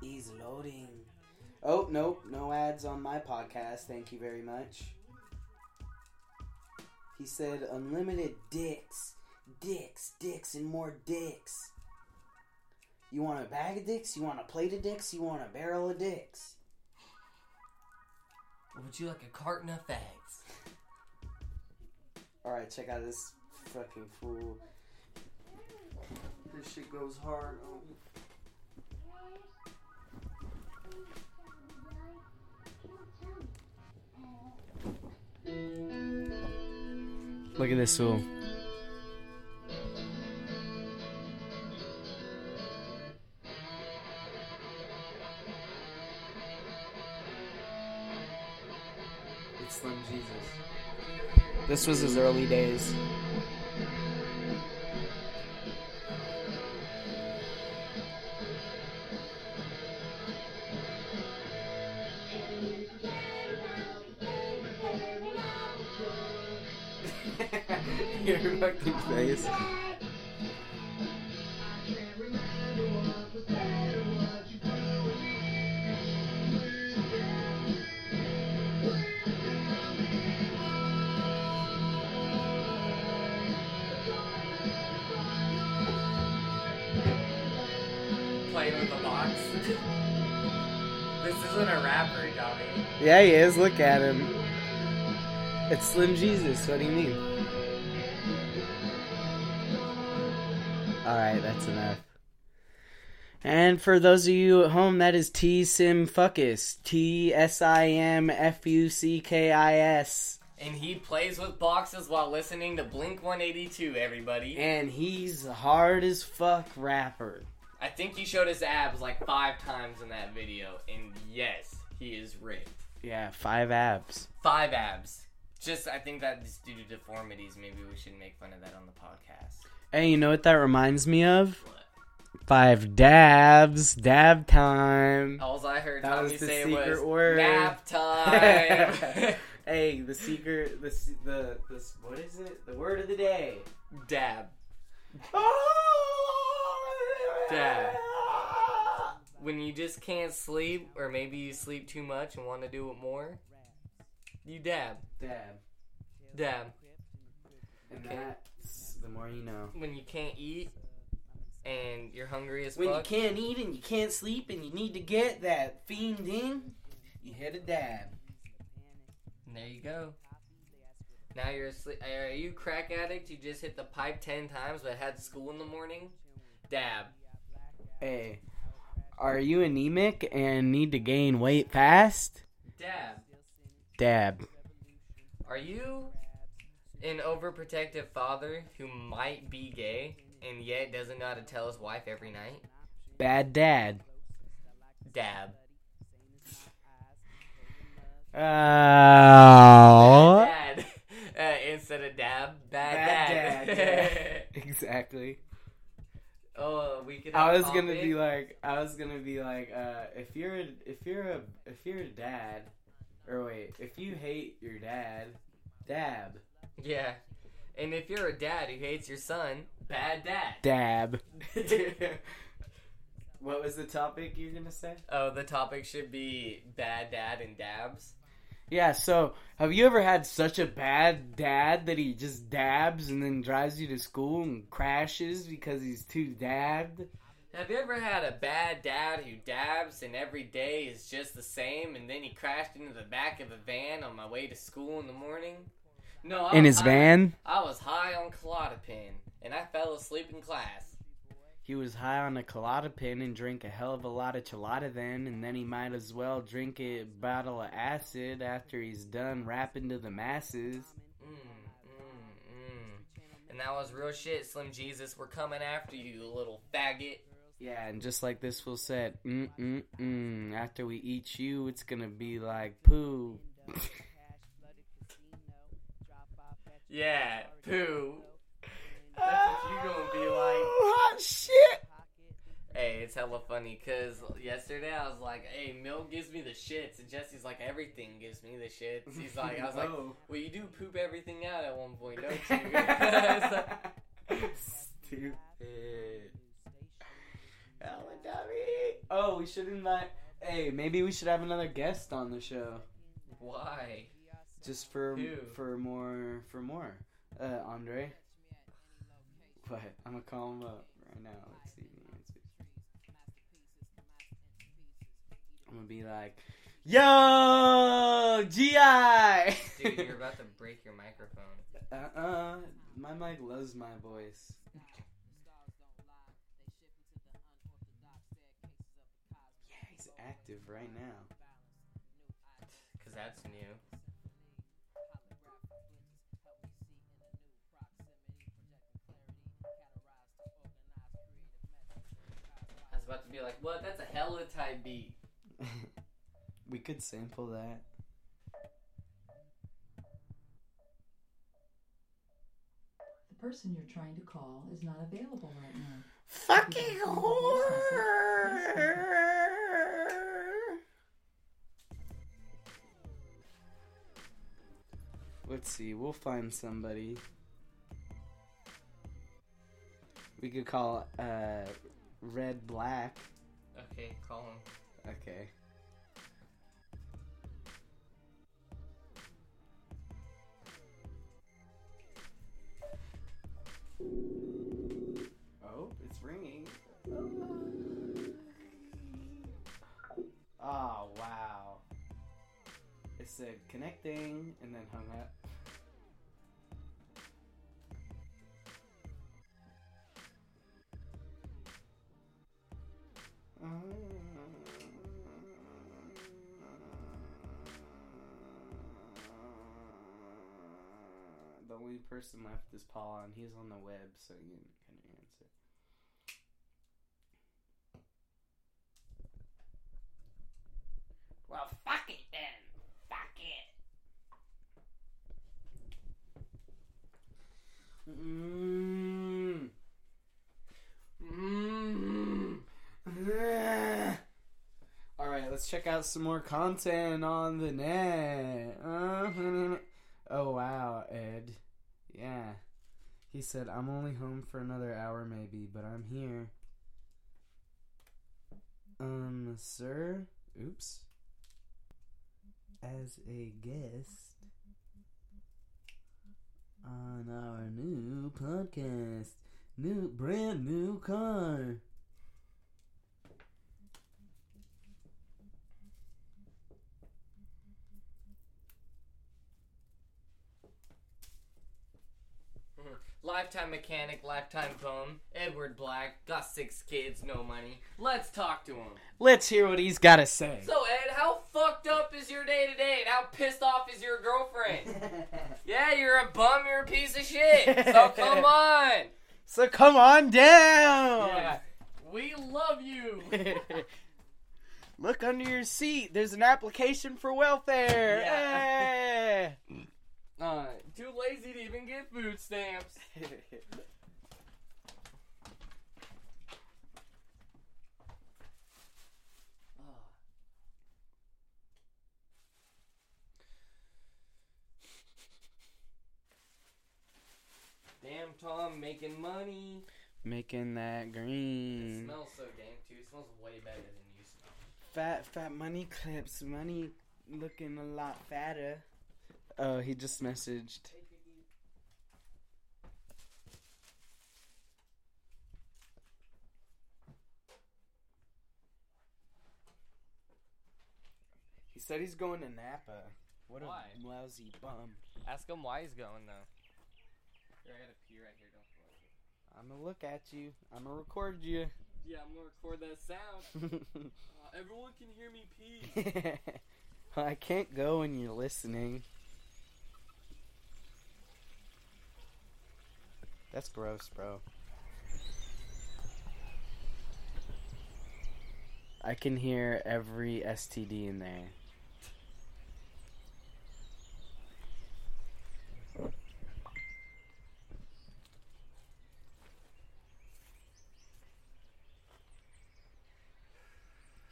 He's loading. He's loading. Oh, nope. No ads on my podcast. Thank you very much. He said unlimited dicks. Dicks, dicks, and more dicks. You want a bag of dicks? You want a plate of dicks? You want a barrel of dicks? Would you like a carton of fags? Alright, check out this fucking fool. This shit goes hard. é Look at this fool. It's Slim Jesus. This was his early days. Your fucking face. Playing with the box. this isn't a rapper, Johnny. Yeah, he is. Look at him. It's Slim Jesus. What do you mean? Alright, that's enough. And for those of you at home, that is T Sim Fuckus. T S I M F U C K I S. And he plays with boxes while listening to Blink 182, everybody. And he's a hard as fuck rapper. I think he showed his abs like five times in that video. And yes, he is ripped. Yeah, five abs. Five abs. Just, I think that's due to deformities. Maybe we should make fun of that on the podcast. Hey, you know what that reminds me of? What? Five dabs. Dab time. All I heard That Tommy was the say secret was word. nap time. hey, the secret, the se- the this what is it? The word of the day. Dab. Dab. When you just can't sleep, or maybe you sleep too much and want to do it more, you dab. Dab. Dab. And Okay. that's the more you know. when you can't eat and you're hungry as When you fuck. can't eat and you can't sleep and you need to get that fiend in, you hit a dab. and there you go. Now you're asleep. Are you a crack addict? You just hit the pipe ten times, but had school in the morning. Dab. Hey, are you anemic and need to gain weight fast? Dab. Dab. Are you an overprotective father who might be gay and yet doesn't know how to tell his wife every night? Bad dad. Dab. Oh. Dad. Uh, instead of dab, Bad bad, dad. dad, Exactly. oh, we could. I have was gonna topic. be like, I was gonna be like, uh, if you're a, if you're a if you're a dad, or wait, if you hate your dad, dab, Yeah. And if you're a dad who hates your son, bad dad. dab. what was the topic you're gonna say? Oh, the topic should be bad dad and dabs. Yeah. So, have you ever had such a bad dad that he just dabs and then drives you to school and crashes because he's too dabbed? Have you ever had a bad dad who dabs and every day is just the same and then he crashed into the back of a van on my way to school in the morning? No, I In was his high- van, I was high on Clonopin and I fell asleep in class. he was high on a colada pin and drank a hell of a lot of chelada then, and then he might as well drink a bottle of acid after he's done rapping to the masses. Mm, mm, mm. And that was real shit, Slim Jesus. We're coming after you, you little faggot. Yeah, and just like this fool said, mm mm mm. After we eat you, it's gonna be like poo. Yeah, poo. That's what you gonna be like. Oh, Hot shit. Hey, it's hella funny because yesterday I was like, hey, milk gives me the shits. And Jesse's like, everything gives me the shits. He's like, I was like, Oh. well, you do poop everything out at one point, don't you? It's like, Stupid. Oh, dummy. Oh, we should invite. Hey, maybe we should have another guest on the show, Why? just for Who? for more for more. Uh, Andre. What? I'm gonna call him up right now. Let's see if he answers. I'm gonna be like, Yo, Gi. Dude, you're about to break your microphone. Uh uh, my mic loves my voice. Yeah, he's active right now. Because that's new. I was about to be like, what? That's a hella type beat. we could sample that. The person you're trying to call is not available right now. Fucking Let's see, we'll find somebody. We could call uh Red Black. Okay, call him. Okay. Oh, it's ringing. Oh, wow. It said connecting and then hung up. Mm. The only person left is Paul, and he's on the web, so you can kind of answer. Well, fuck it then. Fuck it. Mm. Mm-hmm. Mm. All right, let's check out some more content on the net. Uh, oh wow, Ed. Yeah. He said I'm only home for another hour maybe, but I'm here. Um, sir. Oops. As a guest on our new podcast. podcast. New, brand new car. Lifetime mechanic, lifetime bum. Edward Black, got six kids, no money. Let's talk to him. Let's hear what he's got to say. So, Ed, how fucked up is your day today and how pissed off is your girlfriend? yeah, you're a bum, you're a piece of shit. So, come on. So come on down. Yeah. We love you. Look under your seat. There's an application for welfare. Eh. Hey. Uh, too lazy to even get food stamps. Ah. Damn, Tom, making money. Making that It green. smells so damn too. It smells way better than you smell. Fat, fat money clips. Money looking a lot fatter. Oh, he just messaged. He said he's going to Napa. What Why? a lousy bum. Ask him why he's going though. Here, I gotta pee right here. Don't forget. I'm gonna look at you. I'm gonna record you. Yeah, I'm gonna record that sound. Uh, everyone can hear me pee. I can't go when you're listening. That's gross, bro. I can hear every STD in there.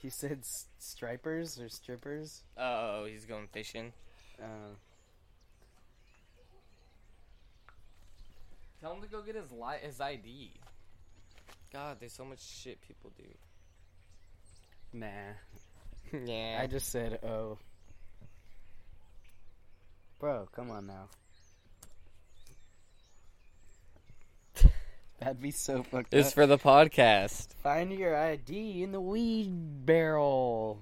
He said s- stripers or strippers? Oh, he's going fishing. Uh, Tell him to go get his li- his ID. God, there's so much shit people do. nah. yeah. I just said, oh. Bro, come on now. That'd be so fucked up. for the podcast. Find your ID in the weed barrel.